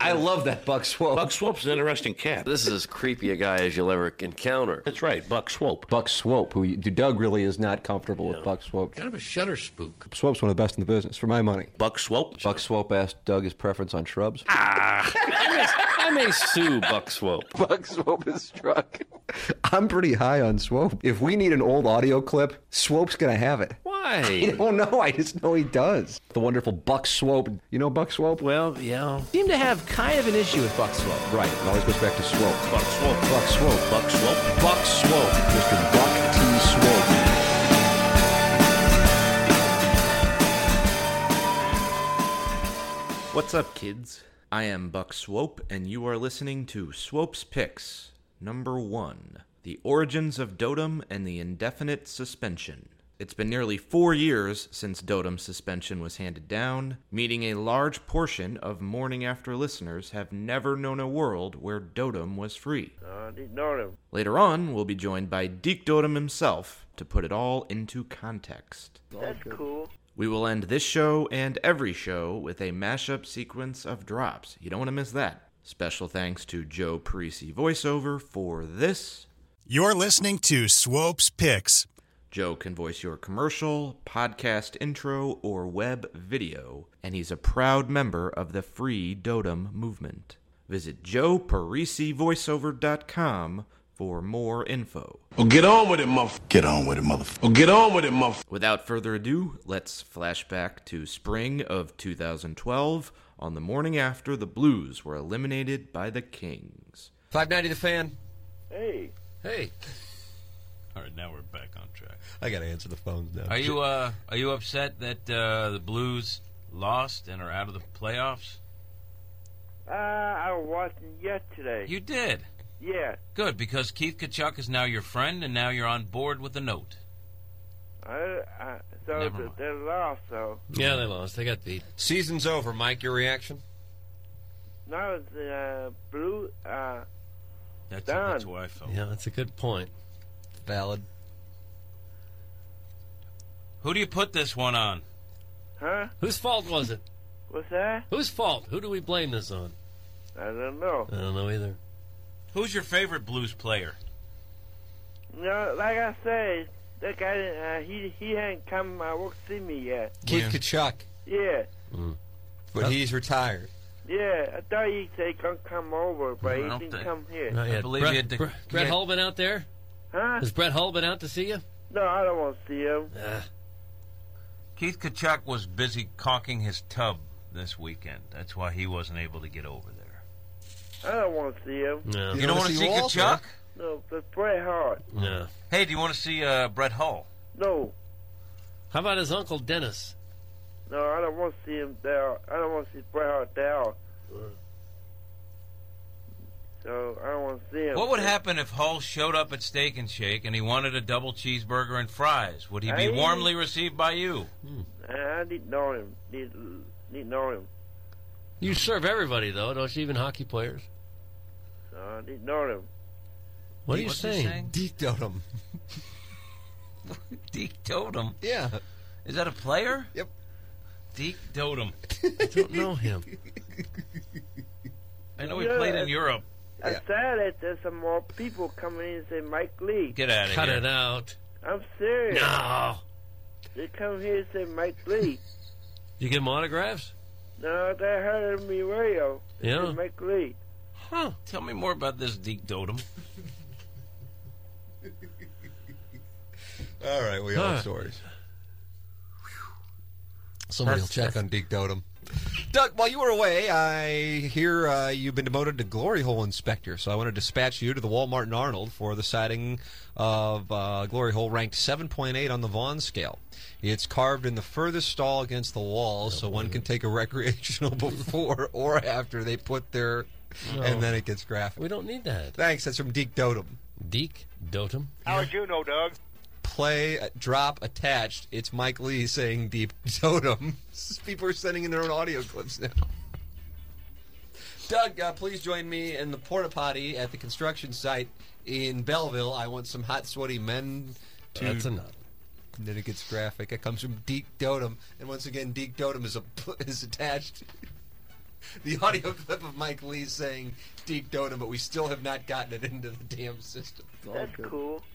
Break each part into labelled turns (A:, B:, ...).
A: I love that Buck Swope.
B: Buck Swope's an interesting cat.
C: This is as creepy a guy as you'll ever encounter.
B: That's right, Buck Swope.
A: Buck Swope, who you- Doug really is not comfortable with Buck Swope.
D: Kind of a shutter spook.
A: Swope's one of the best in the business, for my money.
B: Buck Swope.
A: Buck Swope asked Doug his preference on shrubs.
C: I may sue Buck Swope.
E: Buck Swope is struck.
A: I'm pretty high on Swope. If we need an old audio clip, Swope's going to have it. I
C: Why?
A: don't know. I just know he does. The wonderful Buck Swope. You know Buck Swope?
E: Well, yeah. Seem to have kind of an issue with Buck Swope.
A: Right. It always goes back to Swope.
B: Buck Swope.
A: Buck Swope.
B: Buck Swope.
A: Buck Swope. Mr. Buck T. Swope.
F: What's up, kids? I am Buck Swope, and you are listening to Swope's Picks, number one The Origins of Dotem and the Indefinite Suspension. It's been nearly four years since Dotem's suspension was handed down, meaning a large portion of Morning After listeners have never known a world where Dotem was free. Later on, we'll be joined by Deke Dotem himself to put it all into context. We will end this show and every show with a mashup sequence of drops. You don't want to miss that. Special thanks to Joe Parisi voiceover for this.
G: You're listening to Swope's Picks.
F: Joe can voice your commercial, podcast intro, or web video, and he's a proud member of the Free Dotem movement. Visit joeparisivoiceover.com for more info.
D: Oh, get on with it, motherfucker. Get on with it, motherfucker. Oh, get on with it, motherfucker.
F: Without further ado, let's flash back to spring of 2012 on the morning after the Blues were eliminated by the Kings.
C: 590 the fan.
D: Hey,
H: All right, now we're back on track.
E: I gotta answer the phones now.
H: Are you uh are you upset that uh, the Blues lost and are out of the playoffs?
I: Uh, I was watching yesterday.
H: You did.
I: yeah,
H: Good because Keith Kachuk is now your friend and now you're on board with the note.
I: I, I, so
H: Never
I: th-
H: mind.
I: they lost. So
D: yeah, they lost. They got beat.
E: Season's over, Mike. Your reaction?
I: now it's uh, blue. Uh,
H: That's
I: Done.
H: that's where I felt.
D: Yeah, that's a good point.
E: Valid.
H: Who do you put this one on?
I: huh?
D: Whose fault was it?
I: What's that?
D: Whose fault? Who do we blame this on?
I: I don't know.
D: I don't know either.
H: Who's your favorite Blues player?
I: No, like I say, that guy didn't- uh, he he hadn't come uh, work see me yet.
E: Keith Kachuk,
I: Yeah,
E: but he's retired.
I: yeah. I thought he said come come over, but he
H: I don't
I: didn't
H: think-
I: come here.
D: Not yet.
H: believe
D: Brett,
H: you had to-
D: Bre-
H: you
D: Brett
H: had-
D: Holman out there?
I: Huh?
D: Is Brett Holman out to see you?
I: No, I don't want to see him.
D: Ah,
H: Keith Kachuk was busy caulking his tub this weekend. That's why he wasn't able to get over there.
I: I don't want to see him.
D: no,
E: You
H: You, don't
E: don't
H: want to
E: see
H: see
E: Walter.
H: Kachuk?
I: No, but play hard.
D: no.
H: Hey, do you want to see uh, Brett Hull?
I: No,
D: How about his uncle Dennis?
I: no, I don't want to see him there. I don't want to see play hard there. So I don't want to see him.
H: What would happen if Hull showed up at Steak and Shake and he wanted a double cheeseburger and fries? Would he be
I: Hey.
H: warmly received by you?
I: I I didn't know him. Did not know him.
D: You serve everybody though, don't you? Even hockey players.
I: I didn't know him.
D: What are you
H: What's he
D: saying?
H: saying?
E: Deke Dotem.
H: Deke Dotem.
E: Yeah.
H: Is that a player?
E: Yep.
H: Deke Dotem.
D: I don't know him.
H: I know he
I: Yeah.
H: played in Europe.
I: I'm sad that there's some more people coming in and say Mike Lee.
H: Get out of
D: Cut
H: here.
D: it out.
I: I'm serious.
D: No.
I: They come here and say Mike Lee.
D: You give him autographs?
I: no, they heard me radio. They
D: Yeah.
I: said Mike Lee.
D: Huh.
H: Tell me more about this Deke Dotem.
E: All right, we all
D: Huh.
E: have stories. Somebody will check on Deke Dotem. Doug, while you were away, I hear uh, you've been demoted to glory hole inspector. So I want to dispatch you to the Walmart and Arnold for the sighting of uh, glory hole ranked 7.8 on the Vaughn scale. It's carved in the furthest stall against the wall, so one can take a recreational before or after they put their, and then it gets graphic.
D: We don't need that.
E: Thanks. That's from Deke Dotem.
D: Deke Dotem.
I: How'd you know, Doug?
E: play uh, drop attached. It's Mike Lee saying deep totem. People are sending in their own audio clips now. Doug, uh, please join me in the porta potty at the construction site in Belleville. I want some hot, sweaty men to.
D: That's enough.
E: And then it gets graphic. It comes from Deke Dotem, and once again, Deke Dotem is a, is attached. the audio clip of Mike Lee saying Deke Dotem, but we still have not gotten it into the damn system.
I: That's cool.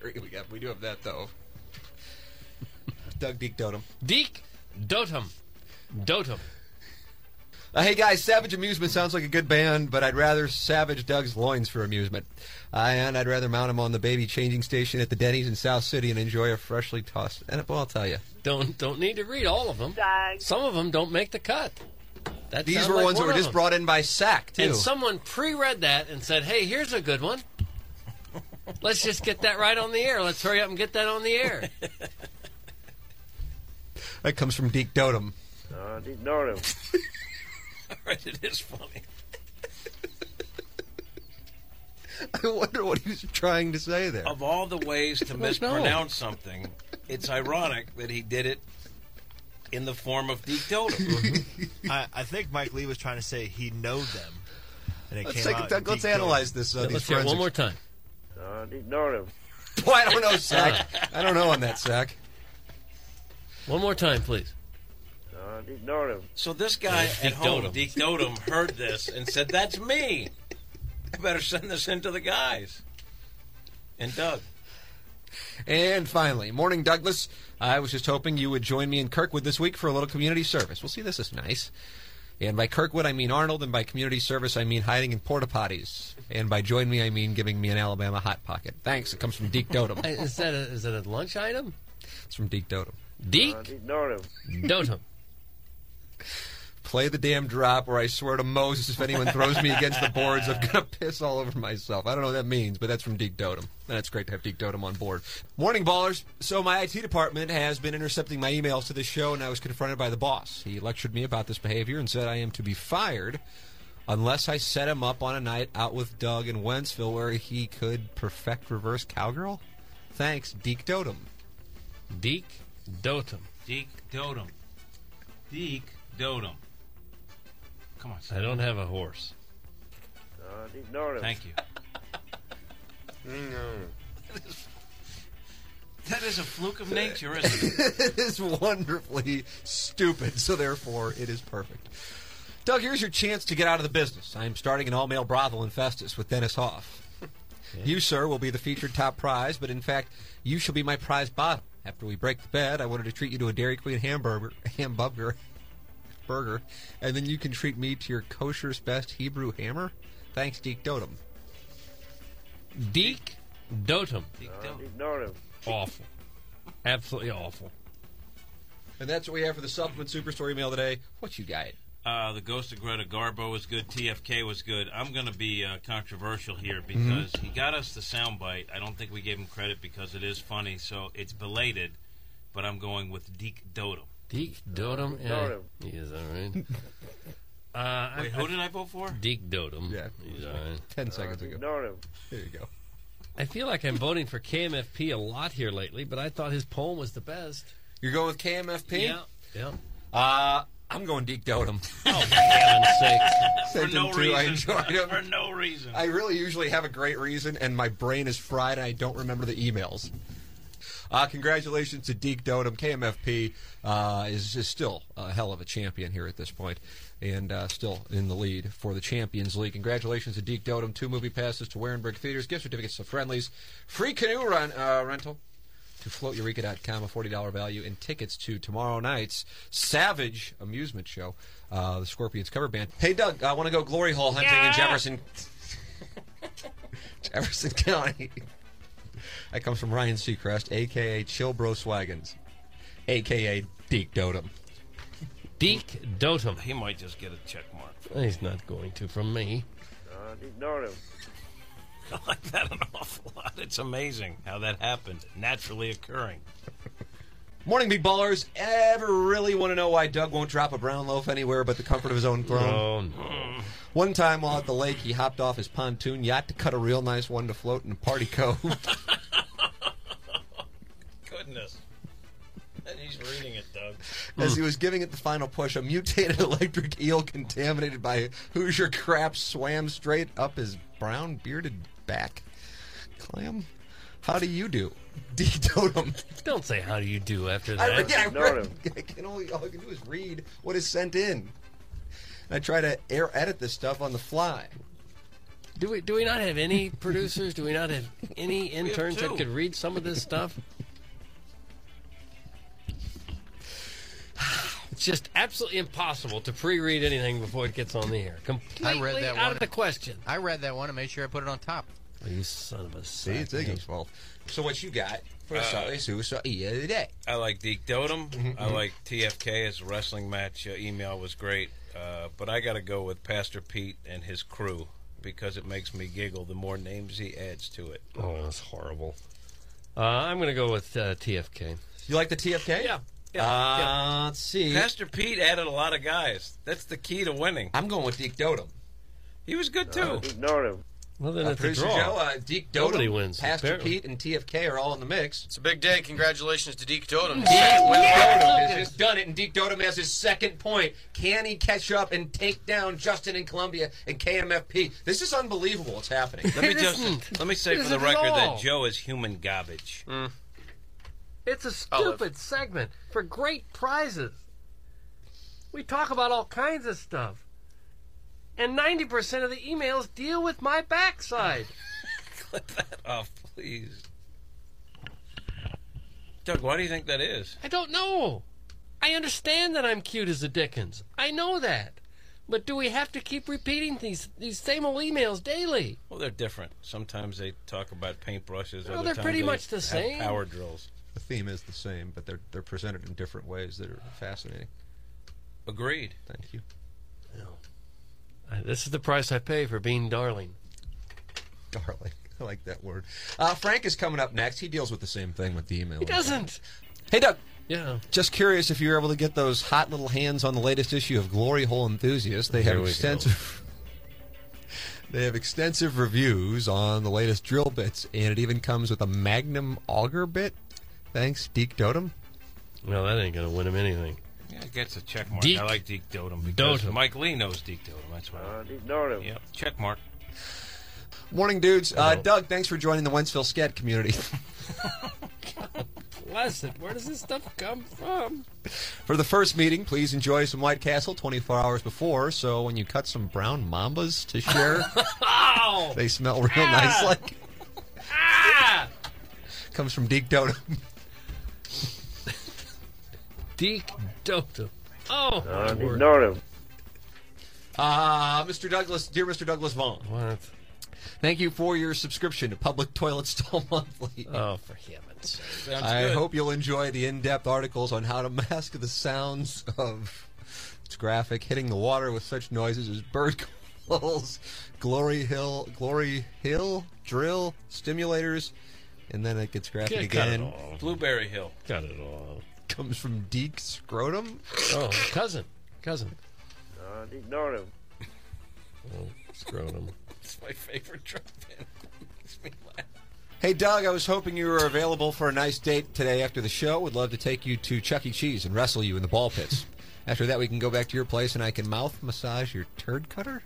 E: There we go. We do have that though. Doug Deke Dotem.
C: Deke Dotum. Dotum.
E: Uh, hey guys, Savage Amusement sounds like a good band, but I'd rather Savage Doug's loins for amusement. Uh, and I'd rather mount him on the baby changing station at the Denny's in South City and enjoy a freshly tossed edible. I'll tell you,
C: Don't don't need to read all of them.
I: Doug.
C: Some of them don't make the cut. That
E: these
C: sounds
E: were
C: like
E: ones that
C: one
E: were
C: of
E: just
C: them.
E: brought in by SAC too.
C: And someone pre-read that and said, "Hey, here's a good one. Let's just get that right on the air. Let's hurry up and get that on the air."
E: that comes from Deke Dotem.
I: Uh, ignore him.
C: right, it is funny.
E: I wonder what he was trying to say there.
C: Oh,
H: Of all the ways to
C: know.
H: mispronounce something, it's ironic that he did it in the form of Deke Dotem.
J: Mm-hmm. I, I think Mike Lee was trying to say he know them. And it
E: Let's,
J: came
E: take a,
J: out
E: let's
J: Deke
E: analyze this. Uh,
C: Let's
E: these
C: hear it one more
E: forensics.
C: time.
I: Uh, ignore him.
E: Boy, I don't know, Sack. I don't know on that, Sack.
C: One more time, please.
I: Uh, ignore him.
H: so this guy
C: Deke
H: at home,
C: Dotem.
H: Deke Dotem, heard this and said, "That's me. I better send this in to the guys." And Doug,
E: And finally, morning, Douglas. I was just hoping you would join me in Kirkwood this week for a little community service. We'll see, this is nice. And by Kirkwood, I mean Arnold, and by community service, I mean hiding in porta potties. And by join me, I mean giving me an Alabama hot pocket. Thanks. It comes from Deke
C: Hey,
E: Dotem.
C: Is that a, is that a lunch item?
E: it's from Deke Dotem.
I: Uh,
C: Deke
I: ignore him.
C: Dotum.
E: Play the damn drop, or I swear to Moses, if anyone throws me against the boards, I'm gonna piss all over myself. I don't know what that means, but that's from Deke Dotem. And it's great to have Deke Dotem on board. Morning, ballers. So my IT department has been intercepting my emails to this show, and I was confronted by the boss. He lectured me about this behavior and said I am to be fired unless I set him up on a night out with Doug in Wentzville where he could perfect reverse cowgirl. Thanks, Deke Dotem.
C: Deke Dotum.
H: Deke Dotem, Deke Dotem. Come on,
C: I don't have a horse.
I: Uh, ignore him.
H: Thank you. That is a fluke of nature, isn't it?
E: It is wonderfully stupid, so therefore it is perfect. Doug, here's your chance to get out of the business. I am starting an all male brothel in Festus with Dennis Hoff. You, sir, will be the featured top prize, but in fact, you shall be my prize bottom. After we break the bed, I wanted to treat you to a Dairy Queen hamburger, hamburger, burger, and then you can treat me to your kosher's best Hebrew hammer. Thanks, Deke Dotem.
C: Deke Dotum.
H: Oh.
I: Ignore him.
C: Awful. Absolutely awful.
E: And that's what we have for the supplement superstore email today. What you got?
H: Uh, the Ghost of Greta Garbo was good. TFK was good. I'm going to be uh, controversial here because he got us the soundbite. I don't think we gave him credit because it is funny, so it's belated. But I'm going with Deke Dodo.
C: Deke Dotum. Yeah,
I: Dotum.
C: he is all right. Uh, I-
H: Wait, who did I vote for?
C: Deke Dotum.
E: Yeah.
C: He's all right.
E: Ten seconds ago.
I: Ignore him.
E: There you go.
C: I feel like I'm voting for KMFP a lot here lately, but I thought his poem was the best.
E: You're going with KMFP?
C: Yeah. Yeah.
E: Uh, I'm going Deke Dotem.
C: Oh, for heaven's sakes.
H: For
E: Sent
H: no
E: him two. I
H: reason.
E: enjoyed him.
H: For no reason.
E: I really usually have a great reason, and my brain is fried, and I don't remember the emails. Uh, congratulations to Deke Dotem. KMFP uh, is, is still a hell of a champion here at this point, and uh, still in the lead for the Champions League. Congratulations to Deke Dotem. Two movie passes to Warenberg Theaters, gift certificates to Friendlies, free canoe run, uh, rental to floatureka.com, a $40 value, and tickets to tomorrow night's Savage Amusement Show, uh, the Scorpions cover band. Hey, Doug, I want to go glory hole hunting in Jefferson. Jefferson County. That comes from Ryan Seacrest, a.k.a. Chill Bro Swaggins, a.k.a. Deke Dotem.
C: Deke Dotum.
H: he might just get a check mark.
C: He's not going to from me.
I: Uh, ignore him.
H: I like that an awful lot. It's amazing how that happened. Naturally occurring.
E: Morning, big ballers. Ever really want to know why Doug won't drop a brown loaf anywhere but the comfort of his own throne?
C: Oh, no.
E: One time while at the lake, he hopped off his pontoon yacht to cut a real nice one to float in a party cove.
H: Goodness. And he's reading it, Doug.
E: As he was giving it the final push, a mutated electric eel contaminated by Hoosier crap swam straight up his brown bearded back. Clam, how do you do? D totem.
C: Don't say how do you do after
E: I,
C: that.
E: yeah, I,
I: Ignore
E: read-
I: him.
E: I can only all I can do is read what is sent in. I try to air edit this stuff on the fly.
C: Do we do we not have any producers? Do we not have any interns that
H: two.
C: could read some of this stuff? It's just absolutely impossible to pre-read anything before it gets on the air. Completely
K: I read that
C: out
K: one.
C: of the question.
K: I read that one and made sure I put it on top.
C: You son of a.
E: See, it's Iggy's fault. So what you got for Sully Suicide of the day?
H: I like Deke Dotem.
C: Mm-hmm,
H: I like TFK. His wrestling match uh, email was great. Uh, but I got to go with Pastor Pete and his crew because it makes me giggle the more names he adds to it.
C: Oh, that's horrible. Uh, I'm going to go with uh, TFK.
E: You like the TFK?
H: Yeah.
E: Uh, Let's see.
H: Pastor Pete added a lot of guys. That's the key to winning.
E: I'm going with Deke Dotem.
H: He was good too.
C: Uh,
I: Ignore him.
C: Well, then it's a
E: Producer
C: draw.
E: Joe, uh, Deke
C: Nobody
E: Dotem,
C: wins,
E: Pastor
C: apparently.
E: Pete, and TFK are all in the mix.
K: It's a big day. Congratulations to Deke Dotem.
E: Well, Dotem has Uh, just done it, and Deke Dotem has his second point. Can he catch up and take down Justin in Columbia and KMFP? This is unbelievable. What's happening?
H: Let me
C: It
H: just
C: isn't.
H: let me say
C: It
H: for the
C: isn't at
H: record
C: all.
H: that Joe is human garbage.
C: Mm. It's a
K: Olive.
C: stupid segment for great prizes. We talk about all kinds of stuff. And 90% of the emails deal with my backside.
H: Oh, please. Doug, why do you think that is?
C: I don't know. I understand that I'm cute as a Dickens. I know that. But do we have to keep repeating these, these same old emails daily?
H: Well, they're different. Sometimes they talk about paintbrushes.
C: Well,
H: other
C: they're
H: times
C: pretty
H: they
C: much the
H: have
C: same.
H: Power drills.
E: The theme is the same, but they're they're presented in different ways that are fascinating.
H: Agreed.
E: Thank you.
C: Uh, This is the price I pay for being darling.
E: Darling. I like that word. Uh, Frank is coming up next. He deals with the same thing with the email.
C: He doesn't.
E: Hey, Doug.
C: Yeah.
E: Just curious if you were able to get those hot little hands on the latest issue of Glory Hole Enthusiast. They have
C: we go.
E: extensive. They have extensive reviews on the latest drill bits, and it even comes with a Magnum auger bit. Thanks, Deke Dotem.
C: No, that ain't going to win him anything.
H: Yeah, it gets a check mark.
C: Deke
H: I like Deke Dotem because
C: Dotem.
H: Mike Lee knows Deke Dotem. That's why.
I: Uh, ignore him.
H: yep, check mark.
E: Morning, dudes. Uh, Doug, thanks for joining the Wentzville Scat community.
C: Blessed, where does this stuff come from?
E: for the first meeting, please enjoy some White Castle 24 hours before, so when you cut some brown mambas to share,
C: Ow!
E: they smell real nice like.
C: Ah!
E: Comes from Deke Dotem.
C: Deke Dotem. Oh, my
I: Uh,
C: word.
I: ignore him.
E: Uh, Mr. Douglas, dear Mr. Douglas Vaughn,
C: What?
E: thank you for your subscription to Public Toilet Stall Monthly.
C: Oh, for heaven's sake.
E: I hope you'll enjoy the in-depth articles on how to mask the sounds of it's graphic hitting the water with such noises as bird calls, glory hill, glory hill drill stimulators, and then it gets graphic
C: cut it
E: again.
C: all.
H: Blueberry Hill.
C: Cut it all.
E: Comes from Deke Scrotum.
C: Oh, cousin. Cousin.
I: Uh, ignore him.
C: Oh, scrotum.
H: It's my favorite drop in. Makes me laugh.
E: Hey Doug, I was hoping you were available for a nice date today after the show. Would love to take you to Chuck E. Cheese and wrestle you in the ball pits. after that, we can go back to your place and I can mouth massage your turd cutter.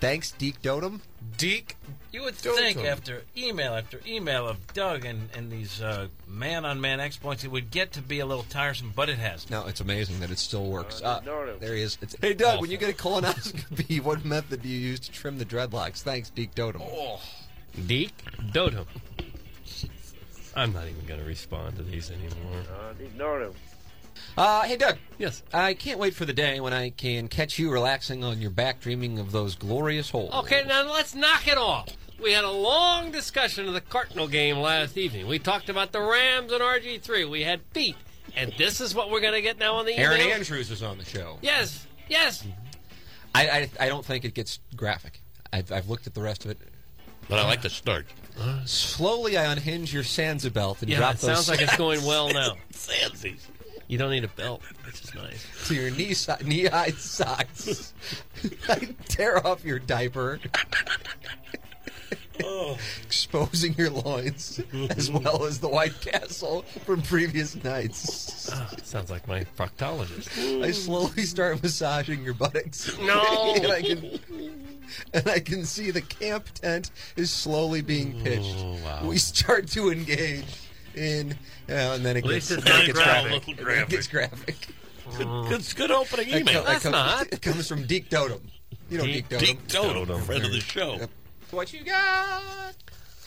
E: Thanks, Deke Dotem.
K: Deke.
H: You would think after email after email of Doug and, and these uh, man on man exploits, it would get to be a little tiresome, but it has.
E: No, it's amazing that it still works.
I: Uh,
E: Uh,
I: no, no.
E: there he is. It's, hey Doug, when you get a colonoscopy, what method do you use to trim the dreadlocks? Thanks, Deke Dotem.
C: Deke Dotem. I'm not even going to respond to these anymore.
I: Uh, ignore him.
E: Uh, hey Doug,
C: Yes.
E: I can't wait for the day when I can catch you relaxing on your back, dreaming of those glorious holes.
C: Okay, now let's knock it off. We had a long discussion of the Cardinal game last evening. We talked about the Rams and RG3. We had feet. And this is what we're going to get now on the
E: Aaron
C: email?
E: Andrews was on the show.
C: Yes. Yes.
E: I, I, I don't think it gets graphic. I've, I've looked at the rest of it.
B: But I like the start.
E: Slowly, I unhinge your Sansa belt and
C: Yeah,
E: drop
C: it
E: those
C: sounds like it's going well now.
B: Fancy.
C: You don't need a belt, which is nice.
E: to your knee so- knee high socks. I tear off your diaper, Oh. exposing your loins as well as the White Castle from previous nights.
C: Sounds like my proctologist.
E: I slowly start massaging your buttocks.
C: No.
E: and I can and I can see the camp tent is slowly being pitched. We start to engage in, uh, and then it
C: least
E: gets,
C: it's
E: then
C: not
E: it gets
C: graphic.
E: graphic.
B: Graphic.
E: It gets graphic.
H: Mm.
C: Good-
B: good- good opening email.
E: It
B: That's
E: comes,
B: not.
E: It comes from Deke Dotum. You know Deke,
B: Deke- Deke
E: Dotum.
B: Dotum, a friend of the show.
E: Yep. What you got?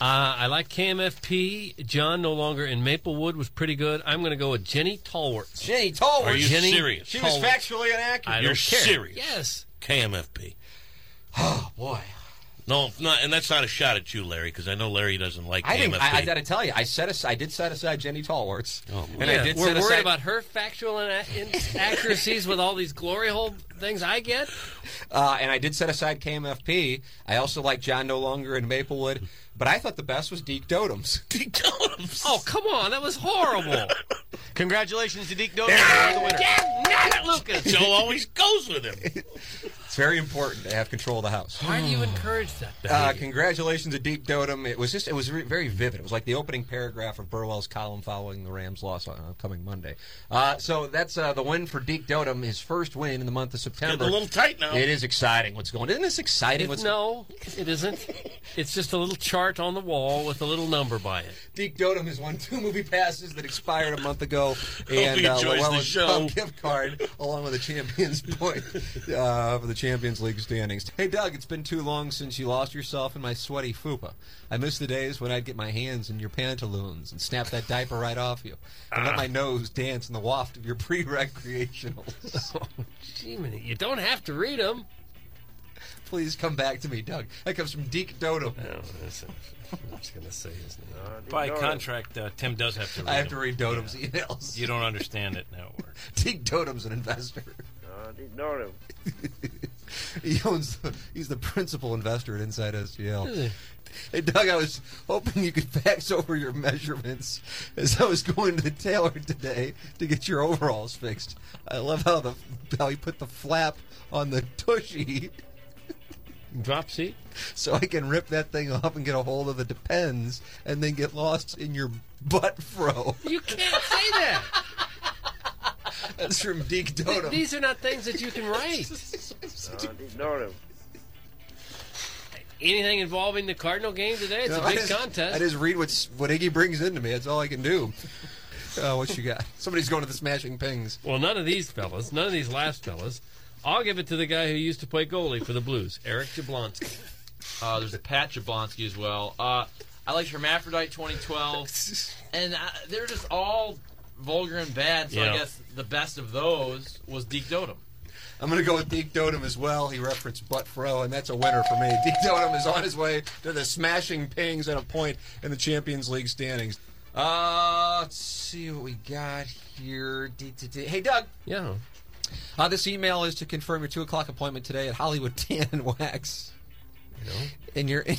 C: Uh, I like KMFP. John, no longer in Maplewood, was pretty good. I'm going to go with Jenny Tallworth.
E: Jenny Tallworth.
B: Are you
C: Jenny
B: serious?
E: She was
C: Tallworth.
E: factually inaccurate.
B: You're serious.
C: Yes.
B: KMFP.
E: Oh boy.
B: No, no, and that's not a shot at you, Larry, because I know Larry doesn't like
E: I
B: KMFP.
E: think I, I gotta tell you, I set aside, I did set aside Jenny Tallworth,
B: Oh,
E: and
B: yeah.
E: I did
B: We're worried
E: set aside.
C: About her factual ina- inaccuracies with all these glory hole things I get.
E: uh, and I did set aside KMFP. I also like John no longer in Maplewood, but I thought the best was Deke Dotum's. Deke Dotum's.
C: Oh come on, that was horrible.
J: Congratulations to Deke Dodo.
C: Not Lucas.
B: Joe always goes with him.
E: It's very important to have control of the house.
C: Why do you encourage that?
E: Uh, congratulations to Deke Dotum. It was just it was re- very vivid. It was like the opening paragraph of Burwell's column following the Rams' loss on uh, coming Monday. Uh, so that's uh, the win for Deke Dotum, his first win in the month of September.
B: Getting a little tight now.
E: It is exciting. What's going? Isn't this exciting?
C: It,
E: What's
C: no, it isn't. It's just a little chart on the wall with a little number by it.
E: Deke Dotum has won two movie passes that expired a month ago,
C: he
E: and uh,
C: enjoys the
E: Llewellyn's
C: show.
E: Pub gift card along with a Champions point uh, for the Champions League standings. Hey, Doug, it's been too long since you lost yourself in my sweaty fupa. I miss the days when I'd get my hands in your pantaloons and snap that diaper right off you, and
C: Ah.
E: let my nose dance in the waft of your pre-recreationals.
C: Gee, you don't have to read them.
E: Please come back to me, Doug. That comes from Deke Dotum.
C: Oh, I'm just gonna say his name.
H: By contract, uh, Tim does have to. Read
E: I have
H: them.
E: to read Dotum's emails.
H: You don't understand it now. it works.
E: Deke Dotum's an investor.
I: Uh, Deke Dotum.
E: He owns. The, he's the principal investor at Inside
I: Is he?
E: SGL. Hey Doug, I was hoping you could fax over your measurements as I was going to the tailor today to get your overalls fixed. I love how the how he put the flap on the tushy.
C: Drop seat.
E: So I can rip that thing off and get a hold of the depends, and then get lost in your butt fro.
C: You can't say that.
E: That's from Deke
C: Th-
E: Dotum.
C: These are not things that you can write. Anything involving the Cardinal game today? It's
E: No,
C: a big
E: I just,
C: contest.
E: I just read what's, what Iggy brings into me. That's all I can do. Uh, what you got? Somebody's going to the Smashing Pings.
C: Well, none of these fellas, none of these last fellas. I'll give it to the guy who used to play goalie for the Blues, Eric Jablonski.
L: Uh, there's Pat Jablonski as well. Uh, I like Hermaphrodite 2012, and I, they're just all vulgar and bad. So
E: Yeah.
L: I guess the best of those was Deke Dotum.
E: I'm going to go with Deke Dotum as well. He referenced Butt Fro, and that's a winner for me. Deke Dotum is on his way to the Smashing Pings and a point in the Champions League standings. Uh, let's see what we got here. D- d- d- Hey, Doug.
C: Yeah.
E: Uh, this email is to confirm your two o'clock appointment today at Hollywood Tan and Wax. In your in,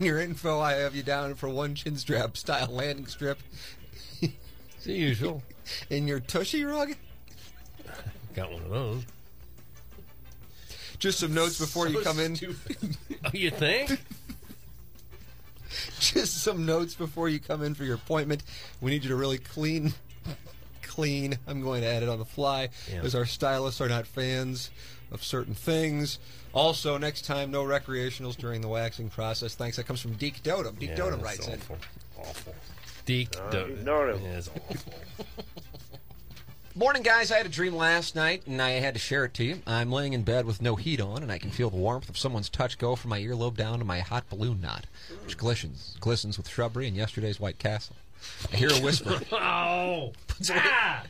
E: your info, I have you down for one chin strap style landing strip.
C: the usual.
E: In your tushy rug.
C: Got one of those.
E: Just some notes before you
C: So
E: come in.
C: Oh, you think?
E: Just some notes before you come in for your appointment. We need you to really clean, clean. I'm going to add it on the fly,
C: Yeah.
E: as our stylists are not fans of certain things. Also, next time, no recreationals during the waxing process. Thanks. That comes from Deke Dotum. Deke
C: Yeah,
E: Dotum
C: that's
E: writes
C: awful.
E: in.
C: Awful. Deke
E: Uh,
C: Dotum.
E: ignore him.
C: Yeah, it's awful.
E: Morning, guys. I had a dream last night, and I had to share it to you. I'm laying in bed with no heat on, and I can feel the warmth of someone's touch go from my earlobe down to my hot balloon knot, which glistens, glistens with shrubbery and yesterday's White Castle. I hear a whisper.
C: oh. Ah.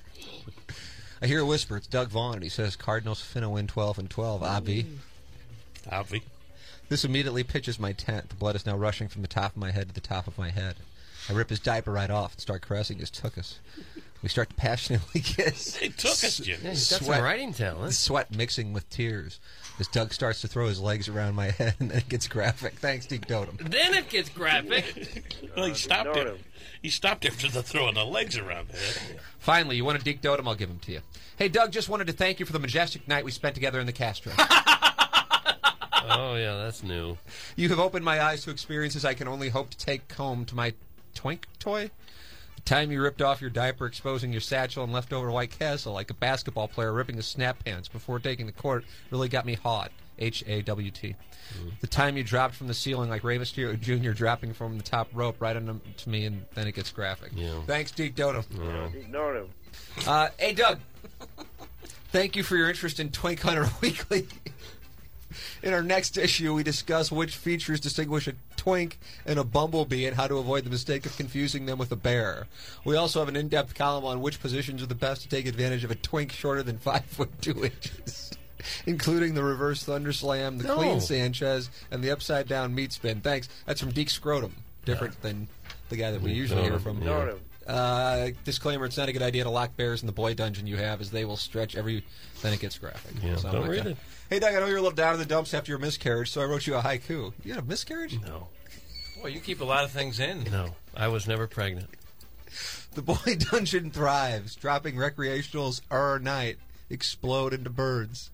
E: I hear a whisper. It's Doug Vaughn, and he says, "Cardinals finna win 12 and 12." Avi.
B: Avi.
E: This immediately pitches my tent. The blood is now rushing from the top of my head to the top of my head. I rip his diaper right off and start caressing his tuchus. We start to passionately kiss.
B: Hey, tuchus, Jim. Yeah, he's got some writing talent.
E: Sweat mixing with tears as Doug starts to throw his legs around my head, and then it gets graphic. Thanks, Deke Dotum.
C: Then it gets graphic.
B: Well, he stopped it. He stopped after the throwing the legs around. There.
E: Finally, you want a Deke Dotum? I'll give him to you. Hey, Doug, just wanted to thank you for the majestic night we spent together in the Castro.
C: oh yeah, that's new.
E: You have opened my eyes to experiences I can only hope to take home to my twink toy. The time you ripped off your diaper, exposing your satchel and leftover White Castle like a basketball player ripping his snap pants before taking the court really got me hot. H A W T.
C: Mm-hmm.
E: The time you dropped from the ceiling like Rey Mysterio Jr. dropping from the top rope right into to me, and then it gets graphic.
C: Yeah.
E: Thanks, Deke Dotum.
I: Ignore him.
E: Uh, hey, Doug. Thank you for your interest in Twink Hunter Weekly. In our next issue, we discuss which features distinguish a twink and a bumblebee and how to avoid the mistake of confusing them with a bear. We also have an in depth column on which positions are the best to take advantage of a twink shorter than 5 foot 2 inches, including the reverse thunder slam, the
M: No.
E: clean Sanchez, and the upside down meat spin. Thanks. That's from Deke Scrotum, different than the guy that we
M: Yeah,
E: usually hear
M: Scrotum,
E: from.
M: yeah.
E: Uh, disclaimer: It's not a good idea to lock bears in the boy dungeon you have, as they will stretch every. Then it gets graphic.
M: Yeah,
E: So I'm
M: don't
E: not
M: read
E: gonna-
M: it.
E: Hey Doug, I know you're a little down in the dumps after your miscarriage, so I wrote you a haiku. You had a miscarriage?
C: No.
H: Boy, you keep a lot of things in.
C: No, I was never pregnant.
E: The boy dungeon thrives, dropping recreationals er night explode into birds.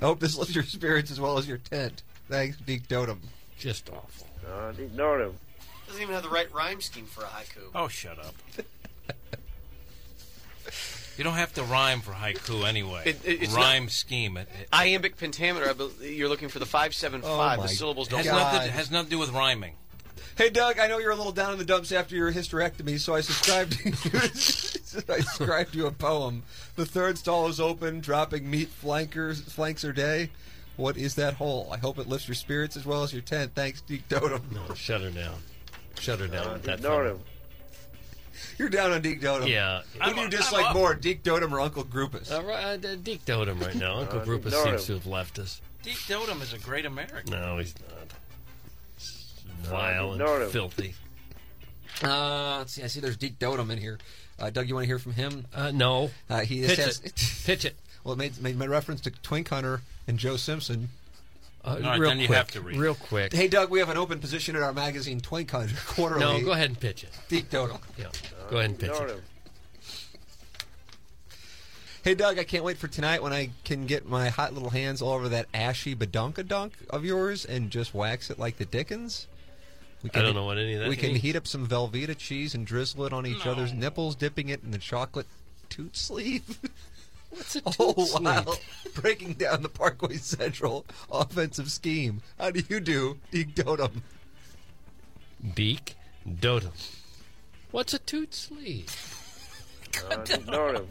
E: I hope this lifts your spirits as well as your tent. Thanks, Deke Dotum.
C: Just awful.
I: Uh, ignore him.
N: Doesn't even have the right rhyme scheme for a haiku.
H: Oh, shut up. You don't have to rhyme for haiku anyway.
N: It- it- it's not-
H: rhyme scheme. It, it
N: Iambic pentameter. I bel you're looking for the five seven five.
E: Oh my
N: The syllables don't.
H: has, nothing, has nothing to do with rhyming.
E: Hey Doug, I know you're a little down in the dumps after your hysterectomy, so I subscribed to I subscribed you a poem. The third stall is open, dropping meat flankers flanks are day. What is that hole? I hope it lifts your spirits as well as your tent. Thanks, Deke Dotum.
C: No, shut her down. Shut her down. with that
E: ignore
C: phone.
E: You're down on Deke Dotum.
C: Yeah.
E: Who do you dislike more, Deke Dotum or Uncle Grupus?
C: Uh, right, uh, D- Deke Dotum right now. Uncle
E: Uh,
C: Grupus
E: ignore
C: seems
E: him.
C: to have left us.
H: Deke Dotum is a great American.
C: No, he's not. He's Vile
E: ignore him.
C: and filthy.
E: Uh, let's see. I see there's Deke Dotum in here. Uh, Doug, you want to hear from him?
C: Uh, no.
E: Uh, he
C: Pitch
E: says,
C: it. Pitch it.
E: Well, it made, made my reference to Twink Hunter and Joe Simpson.
C: Uh, All right, real then you quick, have to read. real quick.
E: Hey, Doug, we have an open position in our magazine, Twink Hunter Quarterly.
C: No, go ahead and pitch it.
E: Deke Dotum.
C: Yeah, go ahead and pitch it.
E: Hey, Doug, I can't wait for tonight when I can get my hot little hands all over that ashy badonkadonk of yours and just wax it like the Dickens.
C: I don't know what any of that
E: We can
C: means.
E: heat up some Velveeta cheese and drizzle it on each other's nipples, dipping it in the chocolate toot sleeve.
C: What's a
E: Oh,
C: toot
E: wow. Breaking down the Parkway Central offensive scheme. How do you do, Deke Dotum?
C: Deke Dotum. What's a toot sleeve?
I: Uh, ignore him.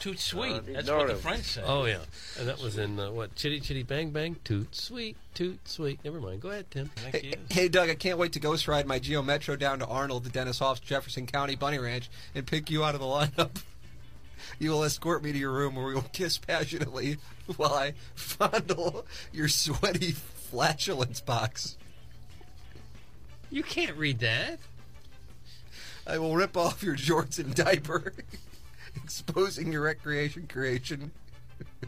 H: Toot sweet.
C: Uh,
H: That's
C: ignore
H: what the
C: him.
H: French say.
C: Oh yeah, and that was in uh, what? Chitty chitty bang bang. Toot sweet, toot sweet. Never mind. Go ahead, Tim.
E: Hey, hey, Doug, I can't wait to ghost ride my Geo Metro down to Arnold, the Dennis Hoff's Jefferson County Bunny Ranch, and pick you out of the lineup. You will escort me to your room where we will kiss passionately while I fondle your sweaty flatulence box.
C: You can't read that.
E: I will rip off your jorts and diaper, exposing your recreation creation.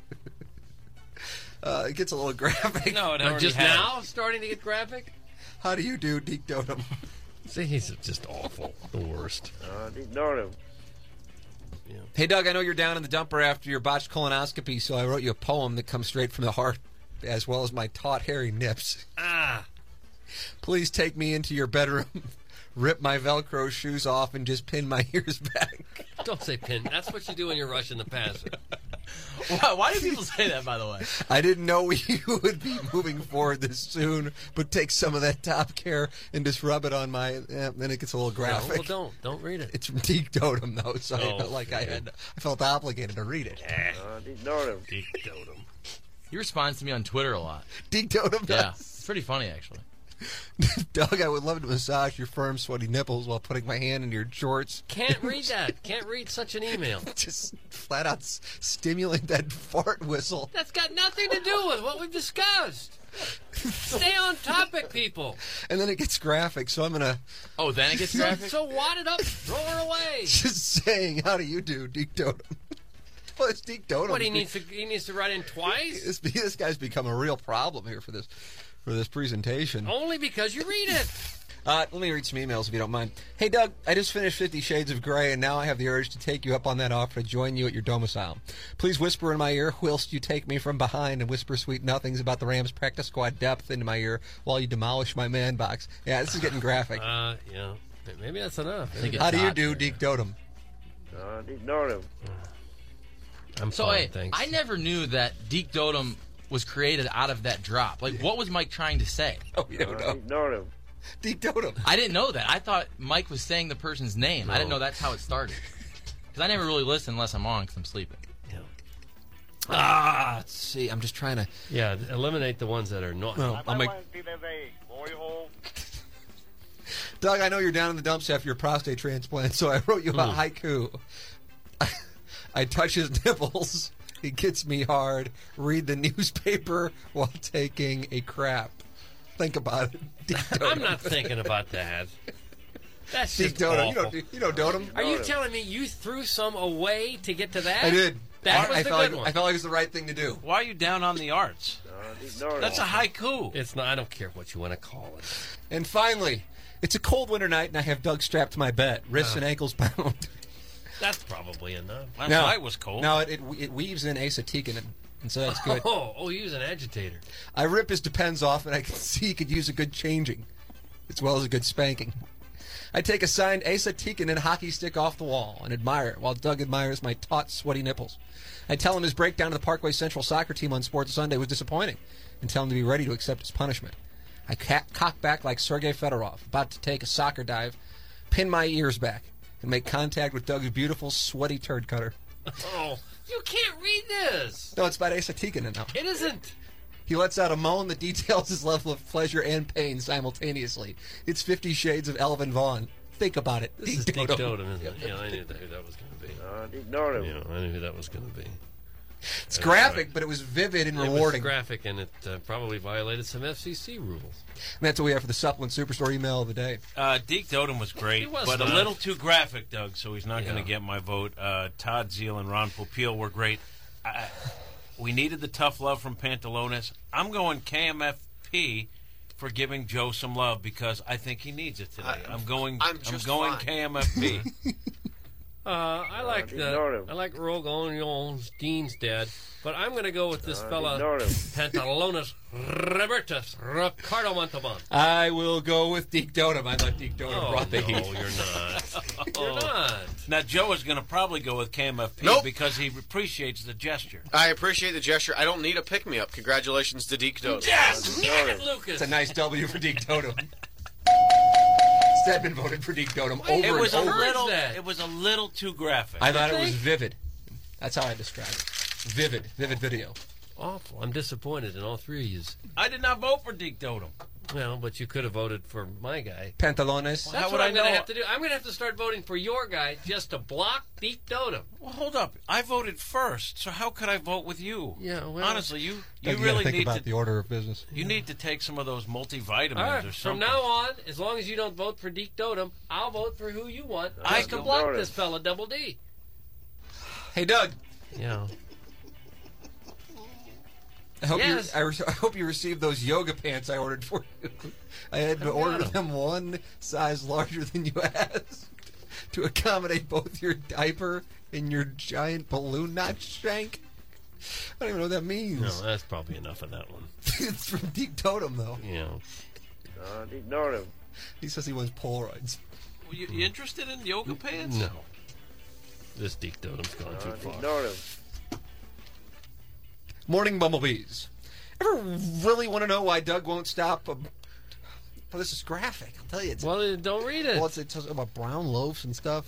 E: uh, it gets a little graphic.
C: No, it Uh, already just has. now? Starting to get graphic.
E: How do you do, Deke Dotum?
C: See, he's just awful. The worst.
I: Uh, ignore him.
E: Hey, Doug, I know you're down in the dumper after your botched colonoscopy, so I wrote you a poem that comes straight from the heart, as well as my taut, hairy nips.
C: Ah.
E: Please take me into your bedroom, rip my Velcro shoes off, and just pin my ears back.
C: Don't say pin. That's what you do when you're rushing the passer.
L: Why, why do people say that, by the way?
E: I didn't know you would be moving forward this soon, but take some of that top care and just rub it on my. eh, then it gets a little graphic.
C: No, well, don't don't read it.
E: It's from Deke Dotum, though, so I
C: Oh,
E: felt like I
C: yeah.
E: had, I felt obligated to read it.
I: Uh, ignore him.
C: Deke Dotum.
L: He responds to me on Twitter a lot.
E: Deke Dotum.
L: Yeah, it's pretty funny actually.
E: Doug, I would love to massage your firm, sweaty nipples while putting my hand in your shorts.
C: Can't read that. Can't read such an email.
E: Just flat out s- stimulate that fart whistle.
C: That's got nothing to do with what we've discussed. Stay on topic, people.
E: And then it gets graphic, so I'm going to.
L: Oh, then it gets
C: So,
L: graphic.
C: so wad it up, throw her away.
E: Just saying, how do you do, Deke Dotum? well, it's Deke Dotum.
C: What he needs to he needs to write in twice,
E: This, this guy's become a real problem here for this for this presentation.
C: only because you read it.
E: Uh, let me read some emails if you don't mind. Hey, Doug, I just finished Fifty Shades of Grey, and now I have the urge to take you up on that offer to join you at your domicile. Please whisper in my ear whilst you take me from behind and whisper sweet nothings about the Rams practice squad depth into my ear while you demolish my man box. Yeah, this is getting graphic.
C: Uh, yeah, maybe that's enough.
E: How do you do, Deke Dotum?
I: Uh, ignore him.
C: I'm
L: so
C: fine,
L: hey,
C: Oh, thanks.
L: I never knew that Deke Dotum was created out of that drop. Like, what was Mike trying to say?
E: Oh, you
I: Uh, ignore him.
E: Deke Dotem.
L: I didn't know that. I thought Mike was saying the person's name. I didn't know that's how it started. Because I never really listen unless I'm on because I'm sleeping.
C: Ah,
E: let's see. I'm just trying to.
C: Yeah, eliminate the ones that are not.
E: No, I'll make- Doug, I know you're down in the dumps after your prostate transplant, so I wrote you a
C: Hmm.
E: haiku. I touch his nipples. It gets me hard. Read the newspaper while taking a crap. Think about it.
C: I'm not thinking about that. That's just
E: Deke
C: awful.
E: Dotem. You know, Deke- you know Dotem.
C: Are you telling me you threw some away to get to that?
E: I did.
C: That
E: I,
C: was
E: I
C: the
E: felt
C: good
E: like,
C: one.
E: I felt like it was the right thing to do.
H: Why are you down on the arts? That's a haiku.
C: It's not. I don't care what you want to call it.
E: And finally, it's a cold winter night, and I have Doug strapped to my bed, wrists
C: Uh.
E: and ankles bound.
C: That's probably enough.
H: Last
E: No.
H: night was cold.
E: No, it, it, it weaves in Asatikin, and, and so that's good.
C: Oh, oh, he was an agitator.
E: I rip his depends off, and I can see he could use a good changing, as well as a good spanking. I take a signed Asa Tekin and hockey stick off the wall and admire it, while Doug admires my taut, sweaty nipples. I tell him his breakdown of the Parkway Central soccer team on Sports Sunday was disappointing, and tell him to be ready to accept his punishment. I ca- cock back like Sergei Fedorov, about to take a soccer dive, pin my ears back, and make contact with Doug's beautiful, sweaty turd cutter.
C: Oh, you can't read this.
E: No, it's about Asa Tekin now.
C: It isn't.
E: He lets out a moan that details his level of pleasure and pain simultaneously. It's Fifty Shades of Elvin Vaughn. Think about it.
C: This is Dick
E: Dink Dodo.
C: Dotem, isn't it? Yeah, I knew that, who that was going to be.
I: Ignore
C: Yeah, I knew who that was going to be.
E: It's graphic, but it was vivid and
C: It was
E: rewarding.
C: graphic, and it uh, probably violated some FCC rules.
E: And that's what we have for the supplement superstore email of the day.
H: Uh, Deke Doden was
C: He
H: great,
C: was
H: but
C: not.
H: a little too graphic, Doug. So he's not
C: Yeah.
H: going to get my vote. Uh, Todd Zeal and Ron Popeil were great. I, we needed the tough love from Pantalones. I'm going KMFP for giving Joe some love because I think he needs it today. I, am going. I'm, going KMFP.
C: Uh, I like
H: ignore
C: the, I like Rogue Onion's Dean's Dad, but I'm going to go with this
E: Uh,
C: fella
E: ignore him.
C: Pantalones Robertus Ricardo Montalban.
E: I will go with Deke Dotem. I thought Deke Dotem
C: Oh,
E: brought the
C: no,
E: heat.
C: you're not. You're not.
H: now Joe is going to probably go with KMFP
N: Nope.
H: because he appreciates the gesture.
N: I appreciate the gesture. I don't need a pick me up. Congratulations to Deke Dodo.
H: Yes! Nailed it, Lucas!
E: It's a nice W for Deke Dotem. Stedman voted for Deke Dotem over
H: it was a
E: and over.
H: little. It was a little too graphic.
E: I thought it was vivid. That's how I describe it. Vivid, vivid video.
C: Awful. I'm disappointed in all three of yous.
H: I did not vote for Deke Dotem.
C: Well, but you could have voted for my guy.
E: Pantalones.
C: That's what I'm going to have to do. I'm going to have to start voting for your guy just to block Deke Dotem.
H: Well, hold up. I voted first, so how could I vote with you?
C: Yeah, well-
H: honestly, you
E: Doug,
H: you
E: you gotta
H: really
E: think
H: need
E: about
H: to
E: the order of business.
H: You need to take some of those multivitamins
C: All right.
H: or
C: From
H: something.
C: now on, as long as you don't vote for Deke Dotem, I'll vote for who you want.
H: I
C: I can
H: can
C: block
H: vote it.
C: this fella, Double D.
E: Hey, Doug.
C: Yeah.
E: I hope
C: Yes.
E: you. I, re- I hope you received those yoga pants I ordered for you. I had to
C: I've got
E: order
C: them.
E: them one size larger than you asked to accommodate both your diaper and your giant balloon knot shank. I don't even know what that means.
C: No, that's probably enough of that one.
E: it's from Deep Totem though.
C: Yeah.
I: Ignore him.
E: He says he wants Polaroids.
H: Were you, you interested in yoga pants?
C: No. This Deke Dotem's gone too far.
E: Morning bumblebees. Ever really want to know why Doug won't stop? Um, well, this is graphic. I'll tell you. It's,
C: well, don't read it.
E: Well, it's, it tells about brown loaves and stuff.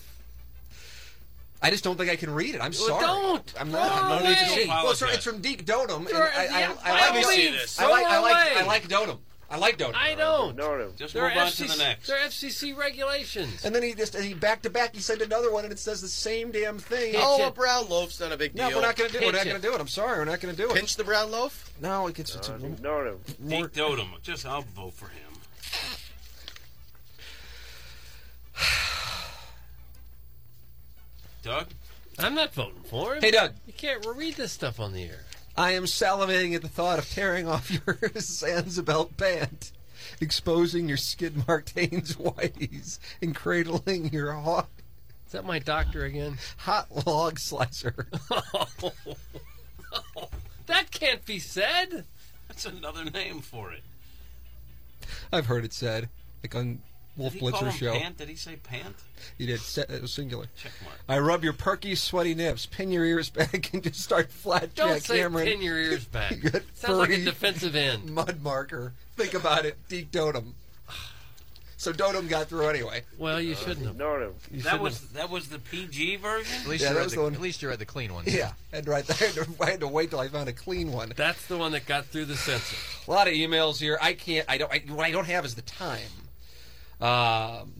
E: I just don't think I can read it. I'm
C: Well,
E: sorry.
C: don't.
E: I'm not.
C: Throw
E: I'm
C: it away.
E: Well, sir, it's from Deke Dotem. and
C: Throw it-
E: I, I,
C: yeah,
E: I, like
C: why don't
E: Dotem.
C: we
E: I like, I like,
C: throw
E: I
C: away?
E: like Dotem. I like Dotem.
C: I don't.
H: Just
C: They're
H: move on to
C: FCC
H: the next.
C: They're FCC regulations.
E: And then he just and he back to back. He sent another one, and it says the same damn thing.
N: Oh, a brown loaf's not a big
E: no,
N: deal.
E: we're not gonna do. it. We're
N: Pinch
E: not gonna do it. I'm sorry. We're not gonna do it.
N: Pinch the brown loaf?
E: No, it gets. it's-
H: Deke Dotem. Just I'll vote for him. Doug,
C: I'm not voting for him.
E: Hey, Doug.
C: You can't read this stuff on the air.
E: I am salivating at the thought of tearing off your Sanzabelt pant, exposing your skid marked Haynes whiteys, and cradling your hot,
C: Is that my doctor again?
E: hot log slicer.
C: That can't be said.
H: that's another name for it.
E: I've heard it said, like on Wolf
H: Did he call
E: Blitzer's
H: him
E: show.
H: Pant? Did he say pant?
E: You did. se- It was singular.
H: Checkmark.
E: I rub your perky, sweaty nips, pin your ears back, and just start flat
C: Don't
E: jack
C: say
E: hammering.
C: pin your ears back.
E: Good
C: Sounds like a
E: furry
C: defensive end.
E: mud marker. Think about it, Deke Dotem. So Dotem got through anyway.
C: Well, you shouldn't have.
I: No,
H: That was that was the PG version.
E: At least Yeah, you that read was the the- one- at
H: least you read the clean one.
E: Yeah, and right there, I had, to, I had to wait till I found a clean one.
C: That's the one that got through the censor.
E: a lot of emails here. I can't. I don't. I, what I don't have is the time. Um,